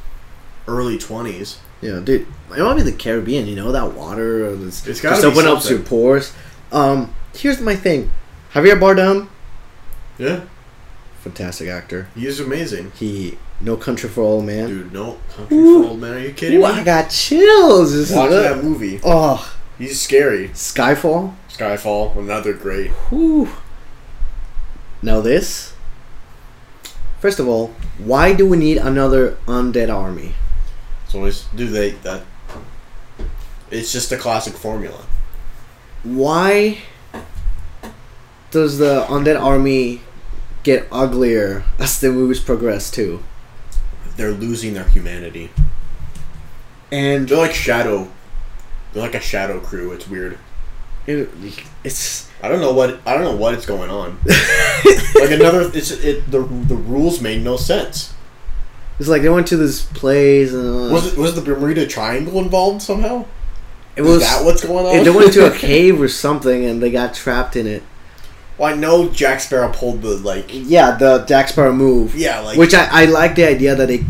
[SPEAKER 1] early 20s.
[SPEAKER 2] Yeah, dude, it might be the Caribbean. You know that water or this,
[SPEAKER 1] It's gotta
[SPEAKER 2] just
[SPEAKER 1] be
[SPEAKER 2] open up
[SPEAKER 1] something.
[SPEAKER 2] your pores. Um, here's my thing: Javier Bardem,
[SPEAKER 1] Yeah.
[SPEAKER 2] fantastic actor.
[SPEAKER 1] He's amazing.
[SPEAKER 2] He No Country for Old Man.
[SPEAKER 1] Dude, no country
[SPEAKER 2] Ooh.
[SPEAKER 1] for old man. Are you kidding
[SPEAKER 2] Ooh, I
[SPEAKER 1] me?
[SPEAKER 2] got chills. This is
[SPEAKER 1] Watch
[SPEAKER 2] it.
[SPEAKER 1] that movie.
[SPEAKER 2] Oh,
[SPEAKER 1] He's scary.
[SPEAKER 2] Skyfall.
[SPEAKER 1] Skyfall, another great.
[SPEAKER 2] Whew. Now this. First of all, why do we need another undead army?
[SPEAKER 1] It's always do they that it's just a classic formula.
[SPEAKER 2] Why does the undead army get uglier as the movies progress too?
[SPEAKER 1] They're losing their humanity.
[SPEAKER 2] And
[SPEAKER 1] They're like shadow they're like a shadow crew. It's weird.
[SPEAKER 2] It, it's
[SPEAKER 1] I don't know what I don't know what is going on. like another, it's it the the rules made no sense.
[SPEAKER 2] it's like they went to this place and uh,
[SPEAKER 1] Was it was the Bermuda Triangle involved somehow?
[SPEAKER 2] it
[SPEAKER 1] Is that what's going on?
[SPEAKER 2] it- they went to a cave or something and they got trapped in it.
[SPEAKER 1] well, I know Jack Sparrow pulled the like.
[SPEAKER 2] Yeah, the Jack Sparrow move,
[SPEAKER 1] Yeah, like
[SPEAKER 2] which I, I like the idea that they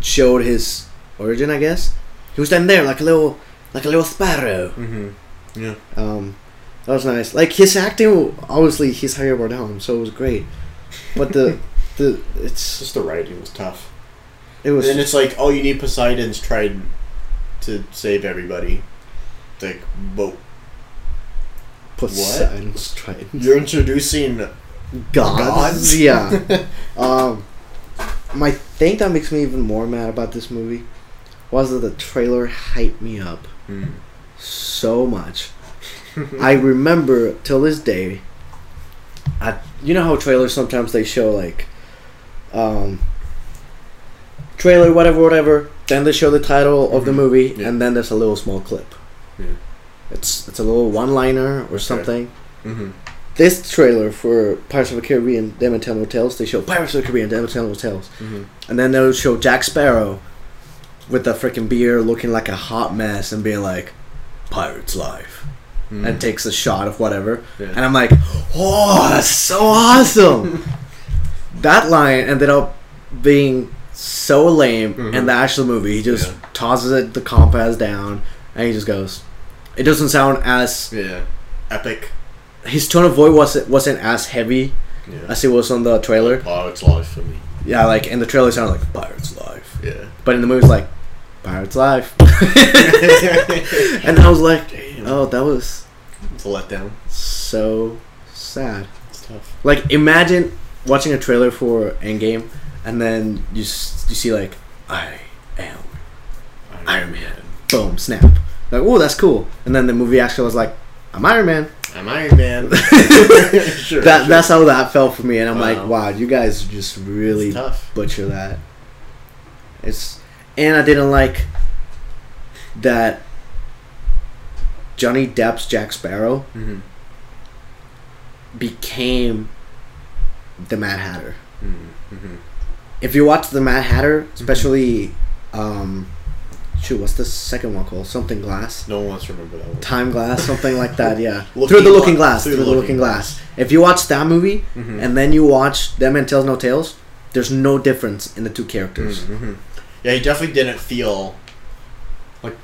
[SPEAKER 2] showed his origin. I guess he was down there like a little like a little sparrow.
[SPEAKER 1] Mhm.
[SPEAKER 2] Um, that was nice. Like his acting, obviously he's Javier Bardem, so it was great. But the the
[SPEAKER 1] It's
[SPEAKER 2] it's
[SPEAKER 1] just the writing was tough.
[SPEAKER 2] it was
[SPEAKER 1] and it's like, oh, you need Poseidon's trident to save everybody. It's like, but
[SPEAKER 2] Poseidon's trident.
[SPEAKER 1] you're introducing
[SPEAKER 2] gods.
[SPEAKER 1] Gods?
[SPEAKER 2] Yeah. um, my thing that makes me even more mad about this movie was that the trailer hyped me up
[SPEAKER 1] Hmm.
[SPEAKER 2] so much. I remember till this day. I, you know how trailers sometimes they show like, um, trailer whatever whatever. Then they show the title of the movie,
[SPEAKER 1] Mm-hmm. Yeah.
[SPEAKER 2] and then there's a little small clip.
[SPEAKER 1] Yeah.
[SPEAKER 2] It's it's a little one liner or something
[SPEAKER 1] Mhm.
[SPEAKER 2] this trailer for Pirates of the Caribbean, Them and Tell No Tales, they show Pirates of the Caribbean, Them and Tell No Tales.
[SPEAKER 1] Mhm.
[SPEAKER 2] And then they'll show Jack Sparrow with a freaking beer looking like a hot mess and being like, Pirate's Life.
[SPEAKER 1] Mhm.
[SPEAKER 2] And takes a shot of whatever.
[SPEAKER 1] Yeah.
[SPEAKER 2] And I'm like, oh, that's so awesome! that line ended up being so lame in
[SPEAKER 1] Mhm.
[SPEAKER 2] the actual movie. He just
[SPEAKER 1] Yeah.
[SPEAKER 2] tosses it, the compass down, and he just goes. It doesn't sound as.
[SPEAKER 1] yeah, epic.
[SPEAKER 2] His tone of voice wasn't, wasn't as heavy
[SPEAKER 1] Yeah,
[SPEAKER 2] as it was on the trailer.
[SPEAKER 1] oh, it's life for me.
[SPEAKER 2] Yeah, like in the trailer, it sounded like Pirates Life,
[SPEAKER 1] Yeah.
[SPEAKER 2] but in the movie, it's like Pirates Life,
[SPEAKER 1] it's
[SPEAKER 2] and I was like,
[SPEAKER 1] Damn.
[SPEAKER 2] oh, that was
[SPEAKER 1] a letdown.
[SPEAKER 2] so sad.
[SPEAKER 1] It's tough.
[SPEAKER 2] Like, imagine watching a trailer for Endgame, and then you s- you see like I am Iron Man, boom, snap, like oh, that's cool, and then the movie actually was like. I'm Iron Man.
[SPEAKER 1] I'm Iron Man. sure,
[SPEAKER 2] That
[SPEAKER 1] sure.
[SPEAKER 2] that's how that felt for me, and I'm
[SPEAKER 1] Wow.
[SPEAKER 2] like, wow, you guys just really
[SPEAKER 1] It's tough.
[SPEAKER 2] butcher that. It's and I didn't like that Johnny Depp's Jack Sparrow
[SPEAKER 1] Mhm.
[SPEAKER 2] became the Mad Hatter.
[SPEAKER 1] Mm-hmm.
[SPEAKER 2] If you watch the Mad Hatter, especially um shoot, what's the second one called? Something glass.
[SPEAKER 1] No one wants to remember that one.
[SPEAKER 2] Time glass, something like that, yeah.
[SPEAKER 1] Looking
[SPEAKER 2] through the
[SPEAKER 1] Gla-
[SPEAKER 2] looking glass, through, the looking glass. Mm-hmm. If you watch that movie
[SPEAKER 1] Mhm.
[SPEAKER 2] and then you watch Them and Tales No Tales, there's no difference in the two characters.
[SPEAKER 1] Mhm. Yeah, he definitely didn't feel like.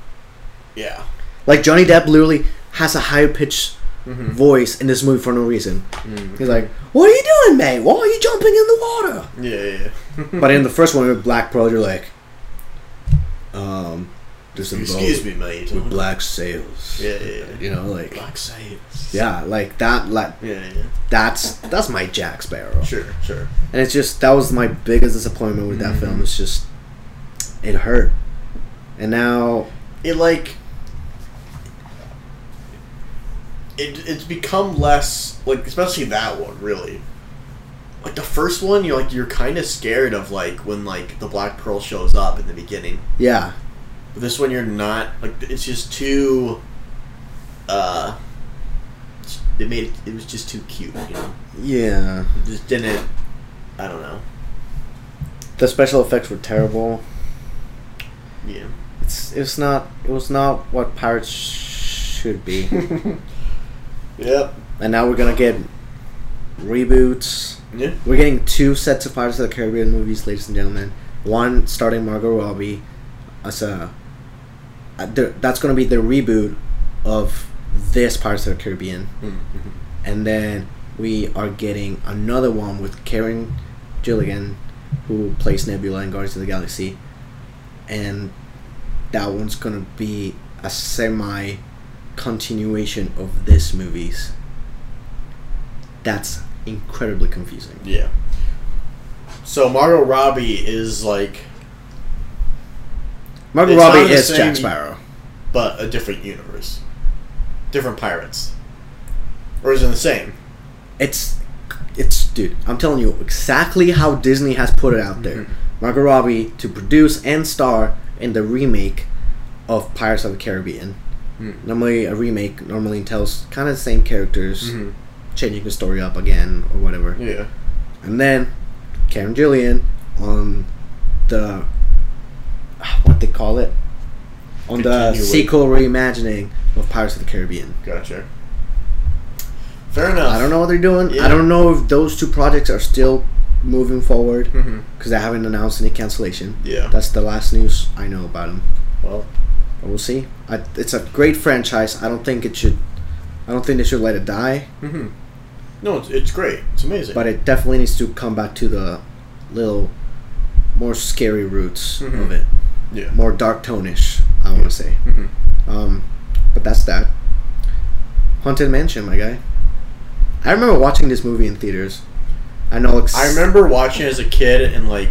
[SPEAKER 1] Yeah.
[SPEAKER 2] Like Johnny Depp literally has a higher pitched
[SPEAKER 1] Mm-hmm.
[SPEAKER 2] voice in this movie for no reason. He's like, "What are you doing, mate? Why are you jumping in the water?"
[SPEAKER 1] Yeah, yeah, yeah.
[SPEAKER 2] But in the first one with Black Pearl, you're like, "Um, there's a
[SPEAKER 1] Excuse
[SPEAKER 2] boat
[SPEAKER 1] me, mate.
[SPEAKER 2] with black sails."
[SPEAKER 1] Yeah, yeah, yeah.
[SPEAKER 2] You know, like
[SPEAKER 1] Black saves.
[SPEAKER 2] yeah, like that. Like
[SPEAKER 1] Yeah, yeah.
[SPEAKER 2] that's that's my Jack Sparrow,
[SPEAKER 1] Sure, sure.
[SPEAKER 2] and it's just that was my biggest disappointment with that
[SPEAKER 1] Mm-hmm.
[SPEAKER 2] film. It's just it hurt, and now
[SPEAKER 1] It like. it, it's become less like especially that one really like the first one you're like you're kind of scared of like when like the black pearl shows up in the beginning
[SPEAKER 2] Yeah.
[SPEAKER 1] but this one you're not like it's just too uh it's- it made it was just too cute you know
[SPEAKER 2] Yeah.
[SPEAKER 1] it just didn't i don't know
[SPEAKER 2] The special effects were terrible.
[SPEAKER 1] yeah
[SPEAKER 2] It's it's not it was not what pirates should be.
[SPEAKER 1] yep
[SPEAKER 2] and now we're gonna get reboots.
[SPEAKER 1] yeah
[SPEAKER 2] We're getting two sets of Pirates of the Caribbean movies, ladies and gentlemen. One starting Margot Robbie as a uh, there- that's gonna be the reboot of this Pirates of the Caribbean,
[SPEAKER 1] Mm-hmm.
[SPEAKER 2] and then we are getting another one with Karen Gilligan, who plays Nebula in Guardians of the Galaxy, and that one's gonna be a semi continuation of this movies. That's incredibly confusing.
[SPEAKER 1] yeah so margot robbie is like
[SPEAKER 2] Margot
[SPEAKER 1] It's not
[SPEAKER 2] Robbie
[SPEAKER 1] the
[SPEAKER 2] is
[SPEAKER 1] same-
[SPEAKER 2] Jack Sparrow.
[SPEAKER 1] but a different universe different pirates or is it the same
[SPEAKER 2] It's it's dude, I'm telling you exactly how Disney has put it out there. Margot Robbie to produce and star in the remake of Pirates of the Caribbean.
[SPEAKER 1] Mhm.
[SPEAKER 2] Normally a remake normally entails kind of the same characters,
[SPEAKER 1] Mhm.
[SPEAKER 2] changing the story up again or whatever.
[SPEAKER 1] yeah
[SPEAKER 2] And then Karen Gillian on the ah, what they call it on the
[SPEAKER 1] Continuing.
[SPEAKER 2] sequel reimagining of Pirates of the Caribbean.
[SPEAKER 1] Gotcha. Fair enough.
[SPEAKER 2] I don't know what they're doing.
[SPEAKER 1] Yeah.
[SPEAKER 2] I don't know if those two projects are still moving forward
[SPEAKER 1] Mm-hmm.
[SPEAKER 2] because they haven't announced any cancellation.
[SPEAKER 1] Yeah.
[SPEAKER 2] That's the last news I know about them.
[SPEAKER 1] Well,
[SPEAKER 2] But we'll see. I, it's a great franchise. I don't think it should. I don't think they should let it die.
[SPEAKER 1] mm-hmm. no, it's, it's great. It's amazing.
[SPEAKER 2] But it definitely needs to come back to the little more scary roots
[SPEAKER 1] Mhm.
[SPEAKER 2] of it.
[SPEAKER 1] yeah.
[SPEAKER 2] more dark tonish. I want to say.
[SPEAKER 1] Mhm.
[SPEAKER 2] Um, but that's that. Haunted Mansion, my guy. I remember watching this movie in theaters. I know. Ex-
[SPEAKER 1] I remember watching it as a kid and like,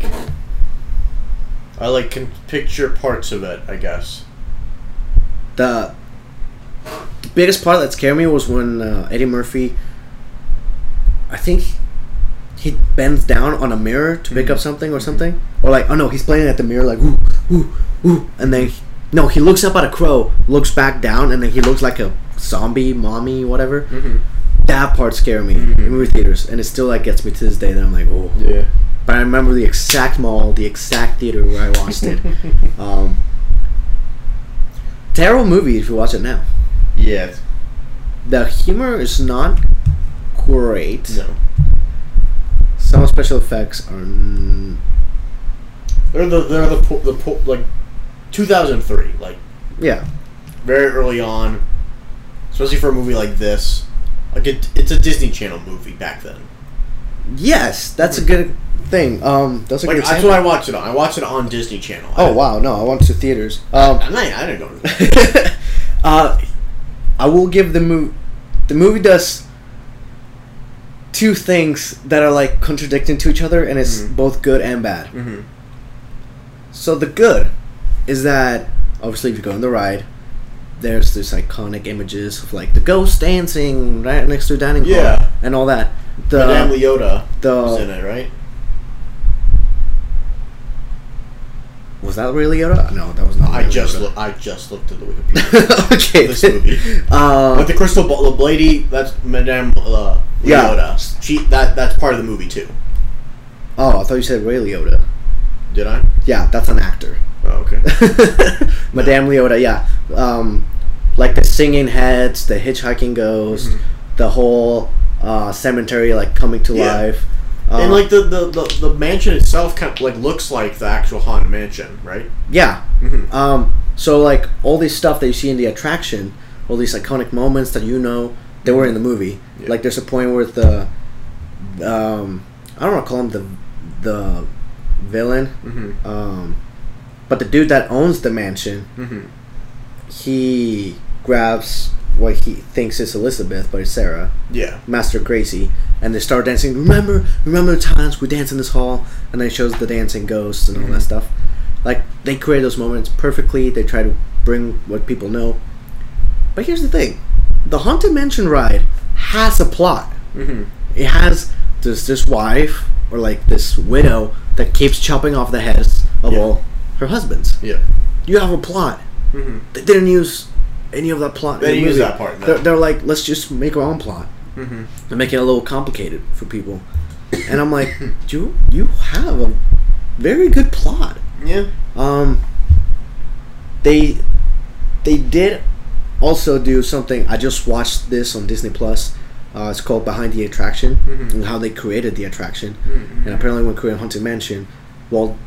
[SPEAKER 1] I like can picture parts of it. I guess.
[SPEAKER 2] the the biggest part that scared me was when uh, Eddie Murphy. I think he bends down on a mirror to pick up something or something, or like oh no, he's playing at the mirror like woo woo woo, and then he- no, he looks up at a crow, looks back down, and then he looks like a zombie mommy whatever.
[SPEAKER 1] Mm-hmm.
[SPEAKER 2] That part scared me in movie theaters, and it still like gets me to this day that I'm like oh.
[SPEAKER 1] Yeah.
[SPEAKER 2] But I remember the exact mall, the exact theater where I watched it. um, terrible movie if you watch it now
[SPEAKER 1] Yeah. it's-
[SPEAKER 2] the humor is not great.
[SPEAKER 1] No.
[SPEAKER 2] Some special effects are. n-
[SPEAKER 1] They're the they're the po- the po- like, 2003 like
[SPEAKER 2] Yeah.
[SPEAKER 1] very early on, especially for a movie like this. Like it, it's a Disney Channel movie back then.
[SPEAKER 2] Yes, that's a good thing. Um, that's a
[SPEAKER 1] Like
[SPEAKER 2] good
[SPEAKER 1] that's
[SPEAKER 2] example.
[SPEAKER 1] what I watched it on. I watched it on Disney Channel.
[SPEAKER 2] oh wow! No, I went to theaters.
[SPEAKER 1] I,
[SPEAKER 2] Um,
[SPEAKER 1] didn't- I didn't go to the
[SPEAKER 2] uh, I will give the movie. The movie does two things that are like contradicting to each other, and it's
[SPEAKER 1] Mhm.
[SPEAKER 2] both good and bad.
[SPEAKER 1] Mm-hmm.
[SPEAKER 2] So the good is that obviously if you go on the ride, there's this iconic images of like the ghost dancing right next to the dining
[SPEAKER 1] Yeah.
[SPEAKER 2] hall and all that.
[SPEAKER 1] Madame
[SPEAKER 2] The
[SPEAKER 1] Leota was in
[SPEAKER 2] the
[SPEAKER 1] it, right?
[SPEAKER 2] was that really Yoda? No, that was not.
[SPEAKER 1] I
[SPEAKER 2] really
[SPEAKER 1] just
[SPEAKER 2] Yoda.
[SPEAKER 1] loo- I just looked at the Wikipedia.
[SPEAKER 2] okay.
[SPEAKER 1] this movie.
[SPEAKER 2] Uh,
[SPEAKER 1] But the crystal ball, the lady, that's Madame uh, Leota.
[SPEAKER 2] Yeah.
[SPEAKER 1] She that that's part of the movie too.
[SPEAKER 2] oh, I thought you said Ray Liotta.
[SPEAKER 1] Did I?
[SPEAKER 2] Yeah, that's an actor.
[SPEAKER 1] Oh, okay.
[SPEAKER 2] Madame Leota, yeah. Um, like the singing heads, the hitchhiking ghost, the whole uh, cemetery like coming to
[SPEAKER 1] Mm-hmm. Yeah.
[SPEAKER 2] life. Um,
[SPEAKER 1] and like the, the, the, the mansion itself kind of like looks like the actual haunted mansion, right?
[SPEAKER 2] Yeah.
[SPEAKER 1] Mhm.
[SPEAKER 2] Um, so like all this stuff that you see in the attraction, all these iconic moments that you know they were in the movie.
[SPEAKER 1] Yeah.
[SPEAKER 2] Like there's a point where the, um, I don't want to call him the, the villain,
[SPEAKER 1] Mm-hmm.
[SPEAKER 2] um, but the dude that owns the mansion,
[SPEAKER 1] Mm-hmm.
[SPEAKER 2] he grabs what he thinks is Elizabeth, but it's Sarah.
[SPEAKER 1] Yeah.
[SPEAKER 2] Master Gracie, and they start dancing. Remember, remember the times we danced in this hall, and then it shows the dancing ghosts and all
[SPEAKER 1] Mm-hmm.
[SPEAKER 2] that stuff. Like they create those moments perfectly. They try to bring what people know. But here's the thing: the haunted mansion ride has a plot.
[SPEAKER 1] Mm-hmm.
[SPEAKER 2] It has this this wife or like this widow that keeps chopping off the heads of
[SPEAKER 1] Yeah.
[SPEAKER 2] all her husbands.
[SPEAKER 1] Yeah.
[SPEAKER 2] You have a plot.
[SPEAKER 1] Mhm.
[SPEAKER 2] They didn't use any of that plot. in
[SPEAKER 1] They
[SPEAKER 2] the
[SPEAKER 1] didn't use
[SPEAKER 2] movie.
[SPEAKER 1] that part, no.
[SPEAKER 2] They're, they're like, let's just make our own plot
[SPEAKER 1] Mm-hmm.
[SPEAKER 2] and make it a little complicated for people. And I'm like, you you have a very good plot.
[SPEAKER 1] Yeah.
[SPEAKER 2] Um, they they did also do something. I just watched this on Disney Plus. Uh, it's called Behind the Attraction and how they created the attraction.
[SPEAKER 1] Mm-hmm.
[SPEAKER 2] And apparently, when creating Haunted Mansion, Walt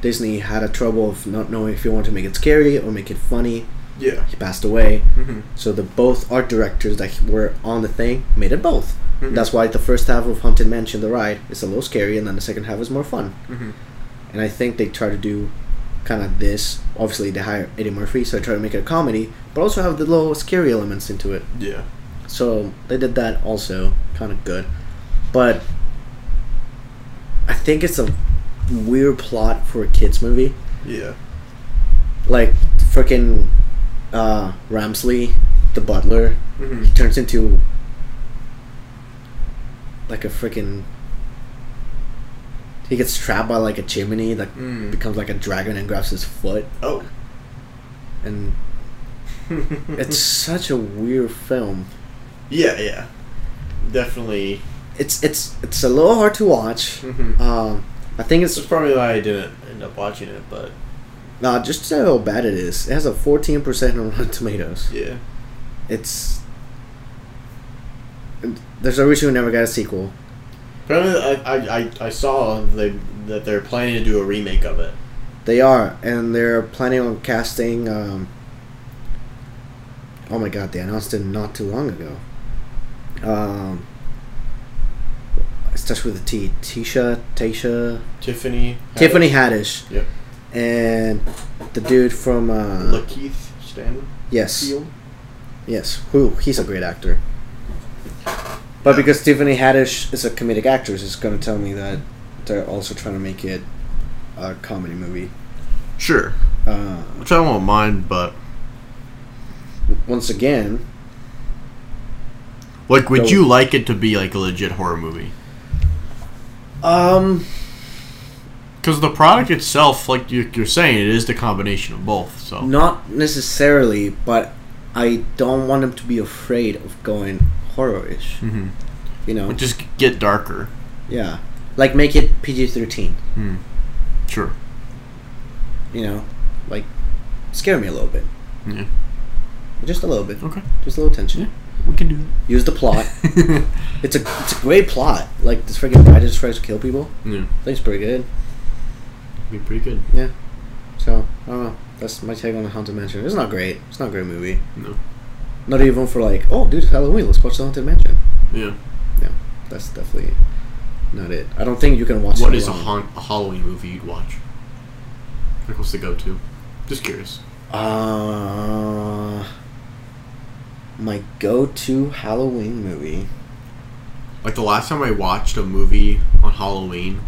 [SPEAKER 2] Disney had a trouble of not knowing if he wanted to make it scary or make it funny.
[SPEAKER 1] Yeah.
[SPEAKER 2] He passed away,
[SPEAKER 1] Mhm.
[SPEAKER 2] so the both art directors that were on the thing made it both.
[SPEAKER 1] Mm-hmm.
[SPEAKER 2] That's why the first half of Haunted Mansion, the ride, is a little scary, and then the second half is more fun
[SPEAKER 1] Mhm.
[SPEAKER 2] and I think they try to do kind of this. Obviously, they hire Eddie Murphy, so they try to make it a comedy, but also have the little scary elements into it.
[SPEAKER 1] Yeah.
[SPEAKER 2] So they did that also, kind of good. But I think it's a weird plot for a kids movie.
[SPEAKER 1] Yeah.
[SPEAKER 2] Like freaking uh, Ramsley, the butler,
[SPEAKER 1] Mhm.
[SPEAKER 2] he turns into like a freaking. He gets trapped by like a chimney that
[SPEAKER 1] Mm.
[SPEAKER 2] becomes like a dragon and grabs his foot
[SPEAKER 1] Oh.
[SPEAKER 2] and it's such a weird film
[SPEAKER 1] yeah. Yeah. Definitely.
[SPEAKER 2] it's it's it's a little hard to watch
[SPEAKER 1] Mhm.
[SPEAKER 2] um i think
[SPEAKER 1] This is
[SPEAKER 2] it's
[SPEAKER 1] probably why I didn't end up watching it, but
[SPEAKER 2] uh, just to how bad it is it has a 14% on rotten tomatoes
[SPEAKER 1] yeah.
[SPEAKER 2] it's and there's a reason we never got a sequel
[SPEAKER 1] Apparently, I, I, I, I saw they, that they're planning to do a remake of it.
[SPEAKER 2] they are and they're planning on casting um oh my god they announced it not too long ago um it starts with a T. Tisha, Tisha,
[SPEAKER 1] Tiffany.
[SPEAKER 2] Tiffany Haddish.
[SPEAKER 1] Yep.
[SPEAKER 2] And the dude from uh
[SPEAKER 1] Lakeith Stanfield.
[SPEAKER 2] yes, yes, who he's a great actor. But because Tiffany Haddish is a comedic actress, it's going to tell me that they're also trying to make it a comedy movie.
[SPEAKER 3] Sure,
[SPEAKER 2] Uh,
[SPEAKER 3] which I won't mind, but
[SPEAKER 2] once again,
[SPEAKER 3] like, would
[SPEAKER 2] Don't-
[SPEAKER 3] you like it to be like a legit horror movie?
[SPEAKER 2] um,
[SPEAKER 3] Because the product itself, like you- you're saying, it is the combination of both. So
[SPEAKER 2] not necessarily, but I don't want them to be afraid of going horror-ish.
[SPEAKER 3] Mhm.
[SPEAKER 2] You know,
[SPEAKER 3] But just get darker.
[SPEAKER 2] yeah, like make it PG thirteen.
[SPEAKER 3] Sure.
[SPEAKER 2] You know, like scare me a little bit,
[SPEAKER 3] Yeah.
[SPEAKER 2] just a little bit,
[SPEAKER 3] Okay.
[SPEAKER 2] just a little tension.
[SPEAKER 3] We can do
[SPEAKER 2] Use the plot.
[SPEAKER 3] that.
[SPEAKER 2] It's a it's a great plot. Like this freaking guy just tries to kill people.
[SPEAKER 3] yeah.
[SPEAKER 2] I think it's pretty good.
[SPEAKER 3] Be pretty good.
[SPEAKER 2] So I don't know. That's my take on the Haunted Mansion. It's not great. It's not a great movie.
[SPEAKER 3] No.
[SPEAKER 2] Not even for like, oh, dude, it's Halloween. Let's watch the Haunted Mansion.
[SPEAKER 3] Yeah.
[SPEAKER 2] That's definitely not it. I don't think you can watch.
[SPEAKER 3] What
[SPEAKER 2] it
[SPEAKER 3] is a,
[SPEAKER 2] alone.
[SPEAKER 3] haunt, a Halloween movie you'd watch? Like, what's the go-to? Just curious.
[SPEAKER 2] Uh, my go-to Halloween movie.
[SPEAKER 3] Like the last time I watched a movie on Halloween,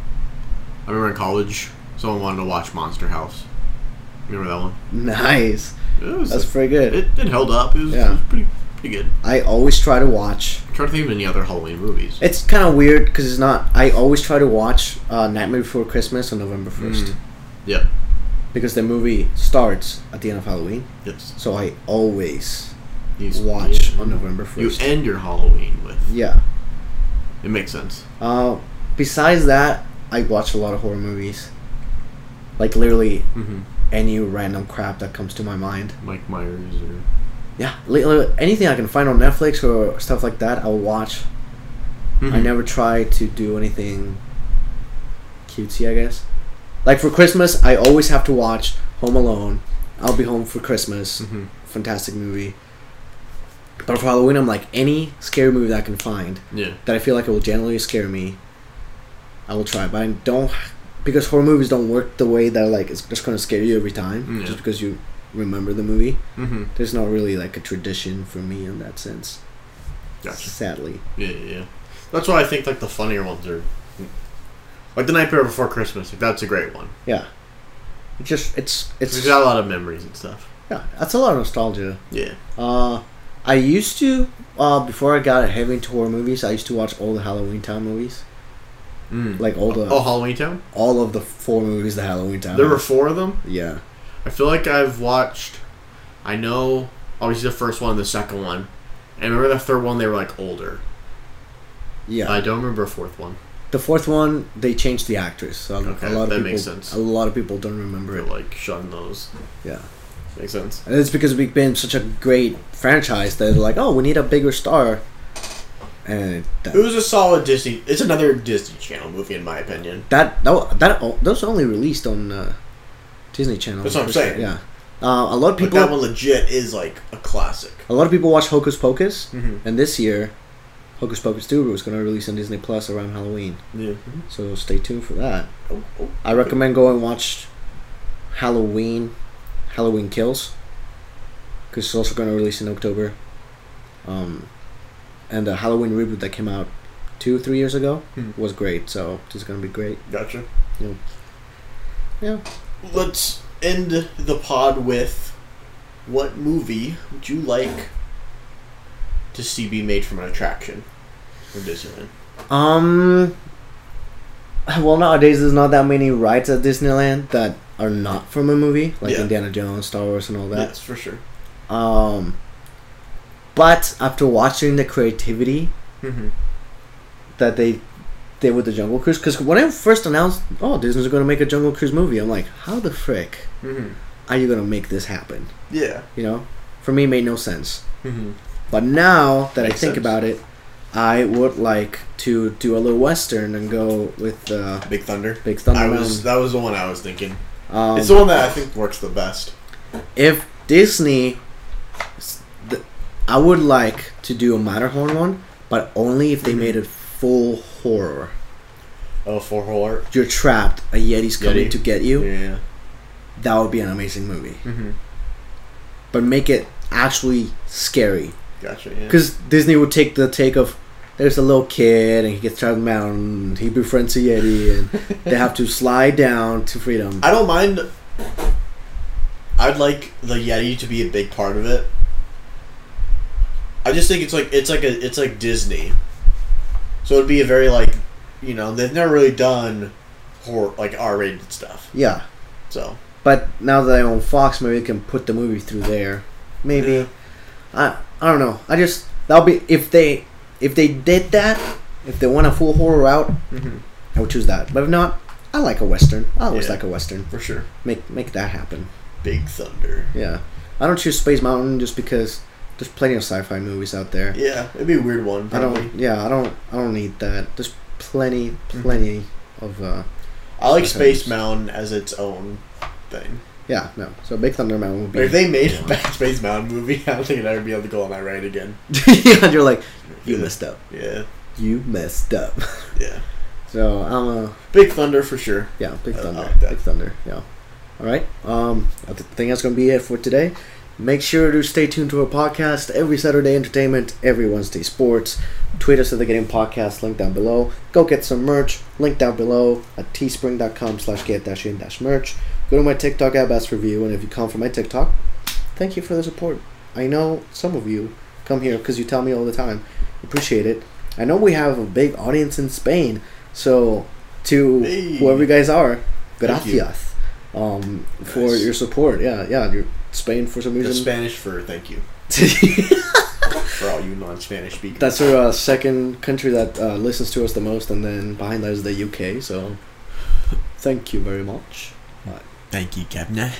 [SPEAKER 3] I remember in college, someone wanted to watch Monster House. Remember that one?
[SPEAKER 2] Nice.
[SPEAKER 3] It was.
[SPEAKER 2] That's pretty good.
[SPEAKER 3] it, it held up. It was, it
[SPEAKER 2] Yeah.
[SPEAKER 3] was pretty pretty good.
[SPEAKER 2] I always try to watch.
[SPEAKER 3] I'm trying to think of any other Halloween movies.
[SPEAKER 2] It's kind of weird because it's not. I always try to watch uh, Nightmare Before Christmas on November first.
[SPEAKER 3] Mm. Yep.
[SPEAKER 2] because the movie starts at the end of Halloween.
[SPEAKER 3] Yes.
[SPEAKER 2] So I always
[SPEAKER 3] You s-
[SPEAKER 2] watch
[SPEAKER 3] you-
[SPEAKER 2] on November
[SPEAKER 3] You
[SPEAKER 2] first.
[SPEAKER 3] end your Halloween with.
[SPEAKER 2] Yeah.
[SPEAKER 3] It makes sense.
[SPEAKER 2] Uh, besides that, I watch a lot of horror movies. Like literally
[SPEAKER 3] Mm-hmm.
[SPEAKER 2] any random crap that comes to my mind.
[SPEAKER 3] Mike Myers or
[SPEAKER 2] Yeah, li- li- anything I can find on Netflix or stuff like that, I'll watch. I
[SPEAKER 1] Mm-hmm.
[SPEAKER 3] Mhm.
[SPEAKER 2] never try to do anything cutesy, I guess. Like for Christmas, I always have to watch Home Alone. I'll be home for Christmas.
[SPEAKER 1] Mm-hmm.
[SPEAKER 3] Mhm.
[SPEAKER 2] fantastic movie. But for Halloween, I'm like any scary movie that I can find
[SPEAKER 3] Yeah.
[SPEAKER 2] that I feel like it will generally scare me. I will try, but I don't because horror movies don't work the way that like it's just gonna scare you every time
[SPEAKER 3] Yeah.
[SPEAKER 2] just because you remember the movie.
[SPEAKER 3] Mm-hmm.
[SPEAKER 2] There's not really like a tradition for me in that sense.
[SPEAKER 3] Gotcha.
[SPEAKER 2] Sadly,
[SPEAKER 3] Yeah, yeah. yeah. That's why I think like the funnier ones are, like the Nightmare Before Christmas. Like that's a great one.
[SPEAKER 2] yeah. It's just it's
[SPEAKER 3] It's
[SPEAKER 2] it's
[SPEAKER 3] got a lot of memories and stuff.
[SPEAKER 2] yeah. That's a lot of nostalgia.
[SPEAKER 3] Yeah.
[SPEAKER 2] Uh, I used to uh, before I got heavy into horror movies. I used to watch all the Halloween Town movies,
[SPEAKER 3] Mm.
[SPEAKER 2] like uh, all the
[SPEAKER 1] Oh, Halloween Town.
[SPEAKER 2] all of the four movies the Halloween Town.
[SPEAKER 1] There were four of them.
[SPEAKER 2] yeah.
[SPEAKER 1] I feel like I've watched. I know obviously the first one, and the second one, and I remember the third one. They were like older.
[SPEAKER 2] Yeah,
[SPEAKER 1] I don't remember a fourth one.
[SPEAKER 2] the fourth one they changed the actress. So
[SPEAKER 1] Okay,
[SPEAKER 2] a lot of
[SPEAKER 1] that
[SPEAKER 2] people,
[SPEAKER 1] makes sense.
[SPEAKER 2] A lot of people don't remember
[SPEAKER 1] They
[SPEAKER 2] it.
[SPEAKER 1] like shun those.
[SPEAKER 2] Yeah,
[SPEAKER 1] Makes sense.
[SPEAKER 2] and it's because we've been such a great franchise that they're like, oh, we need a bigger star, and that
[SPEAKER 1] It was a solid Disney. It's another Disney Channel movie, in my opinion.
[SPEAKER 2] that that, that o- those only released on uh, Disney Channel.
[SPEAKER 1] That's what I'm saying.
[SPEAKER 2] Yeah, uh, a lot
[SPEAKER 1] But
[SPEAKER 2] of people.
[SPEAKER 1] that one legit is like a classic.
[SPEAKER 2] a lot of people watch Hocus Pocus,
[SPEAKER 1] Mhm.
[SPEAKER 2] and this year, Hocus Pocus Two was going to release on Disney Plus around Halloween.
[SPEAKER 1] Yeah.
[SPEAKER 2] So stay tuned for that.
[SPEAKER 1] Oh, oh.
[SPEAKER 2] I recommend go and watch Halloween, Halloween Kills, because it's also going to release in October. Um, and the Halloween reboot that came out two, three years ago
[SPEAKER 1] Hmm.
[SPEAKER 2] was great. So it's going to be great.
[SPEAKER 1] Gotcha.
[SPEAKER 2] Yeah. Yeah.
[SPEAKER 1] Let's end the pod with what movie would you like to see be made from an attraction from Disneyland?
[SPEAKER 2] Um. Well, nowadays there's not that many rides at Disneyland that are not from a movie, like
[SPEAKER 1] Yeah.
[SPEAKER 2] Indiana Jones, Star Wars, and all that.
[SPEAKER 1] That's for sure.
[SPEAKER 2] Um, but after watching the creativity
[SPEAKER 1] Mm-hmm.
[SPEAKER 2] that they did with the Jungle Cruise, because when I first announced, oh, Disney's going to make a Jungle Cruise movie, I'm like, how the frick
[SPEAKER 1] Mm-hmm.
[SPEAKER 2] are you going to make this happen?
[SPEAKER 1] Yeah.
[SPEAKER 2] You know, for me, it made no sense.
[SPEAKER 1] Mm-hmm.
[SPEAKER 2] But now that I
[SPEAKER 1] Makes
[SPEAKER 2] think
[SPEAKER 1] sense.
[SPEAKER 2] about it, I would like to do a little western and go with uh,
[SPEAKER 1] Big Thunder.
[SPEAKER 2] Big Thunder
[SPEAKER 1] I
[SPEAKER 2] Mountain.
[SPEAKER 1] was that was the one I was thinking.
[SPEAKER 2] Um,
[SPEAKER 1] it's the one that I think works the best.
[SPEAKER 2] if Disney, s- th- I would like to do a Matterhorn one, but only
[SPEAKER 1] Mm-hmm.
[SPEAKER 2] if they made it full horror.
[SPEAKER 1] Oh, for horror.
[SPEAKER 2] You're trapped. A Yeti's coming
[SPEAKER 1] Yeti.
[SPEAKER 2] to get you.
[SPEAKER 1] Yeah.
[SPEAKER 2] That would be an amazing movie.
[SPEAKER 1] Mm-hmm.
[SPEAKER 2] But make it actually scary,
[SPEAKER 1] Gotcha. Yeah.
[SPEAKER 2] because Disney would take the take of. There's a little kid, and he gets trapped in the mountain. He befriends a Yeti, and they have to slide down to freedom.
[SPEAKER 1] I don't mind. I'd like the Yeti to be a big part of it. I just think it's like it's like a it's like Disney, so it'd be a very like, you know, they've never really done, horror like R rated stuff.
[SPEAKER 2] Yeah,
[SPEAKER 1] So
[SPEAKER 2] But now that I own Fox, maybe I can put the movie through there. Maybe I I don't know. I just that'll be if they if they did that if they went a full horror route, I would choose that. But if not, I like a western. I always
[SPEAKER 1] Yeah.
[SPEAKER 2] like a western.
[SPEAKER 1] for sure,
[SPEAKER 2] Make make that happen.
[SPEAKER 1] Big Thunder.
[SPEAKER 2] Yeah, I don't choose Space Mountain just because there's plenty of sci-fi movies out there.
[SPEAKER 1] Yeah, it'd be a weird one.
[SPEAKER 2] I
[SPEAKER 1] Probably. Mm-hmm. I,
[SPEAKER 2] don't. Yeah, I don't. I don't need that. There's plenty, plenty of. Uh,
[SPEAKER 1] like
[SPEAKER 2] Okay.
[SPEAKER 1] Space Mountain as its own thing.
[SPEAKER 2] yeah, no. So Big Thunder Mountain would be.
[SPEAKER 1] Like, if they made a Bad Space Mountain movie, I don't think I'd ever be able to go on that ride again.
[SPEAKER 2] yeah, you're like, you
[SPEAKER 1] Yeah.
[SPEAKER 2] messed up.
[SPEAKER 1] Yeah,
[SPEAKER 2] You messed up.
[SPEAKER 1] yeah.
[SPEAKER 2] So I'm a
[SPEAKER 1] Big Thunder for sure.
[SPEAKER 2] yeah, big
[SPEAKER 1] I
[SPEAKER 2] thunder,
[SPEAKER 1] like that.
[SPEAKER 2] big thunder. Yeah. All right. Um, I th- think that's gonna be it for today. Make sure to stay tuned to our podcast every Saturday entertainment, every Wednesday sports. Tweet us at the Getting Podcast, link down below. Go get some merch, link down below at teespring.com slash get dash in dash merch. Go to my TikTok app ask for review, and if you come from my TikTok, thank you for the support. I know some of you come here because you tell me all the time. Appreciate it. I know we have a big audience in Spain, so to
[SPEAKER 1] Hey.
[SPEAKER 2] whoever you guys are,
[SPEAKER 1] Thank you.
[SPEAKER 2] gracias um, for
[SPEAKER 1] Nice.
[SPEAKER 2] your support. Yeah, yeah, you're Spain for some
[SPEAKER 1] That's
[SPEAKER 2] reason.
[SPEAKER 1] Spanish for thank you. for all you non-Spanish speakers.
[SPEAKER 2] That's our uh, second country that uh, listens to us the most, and then behind that is the UK. So, thank you very much.
[SPEAKER 4] Thank you, Captain.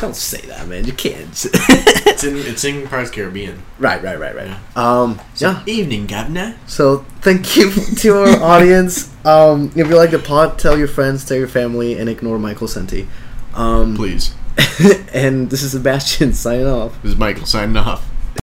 [SPEAKER 2] Don't say that, man. You can't.
[SPEAKER 1] it's in it's in Pirates of the Caribbean.
[SPEAKER 2] right, right, right, right. Um, yeah.
[SPEAKER 4] Evening, Captain.
[SPEAKER 2] So thank you to our audience. Um, if you like the pod, tell your friends, tell your family, and ignore Michael Senti. Um,
[SPEAKER 3] Please.
[SPEAKER 2] and this is Sebastian signing off.
[SPEAKER 3] This is Michael signing off.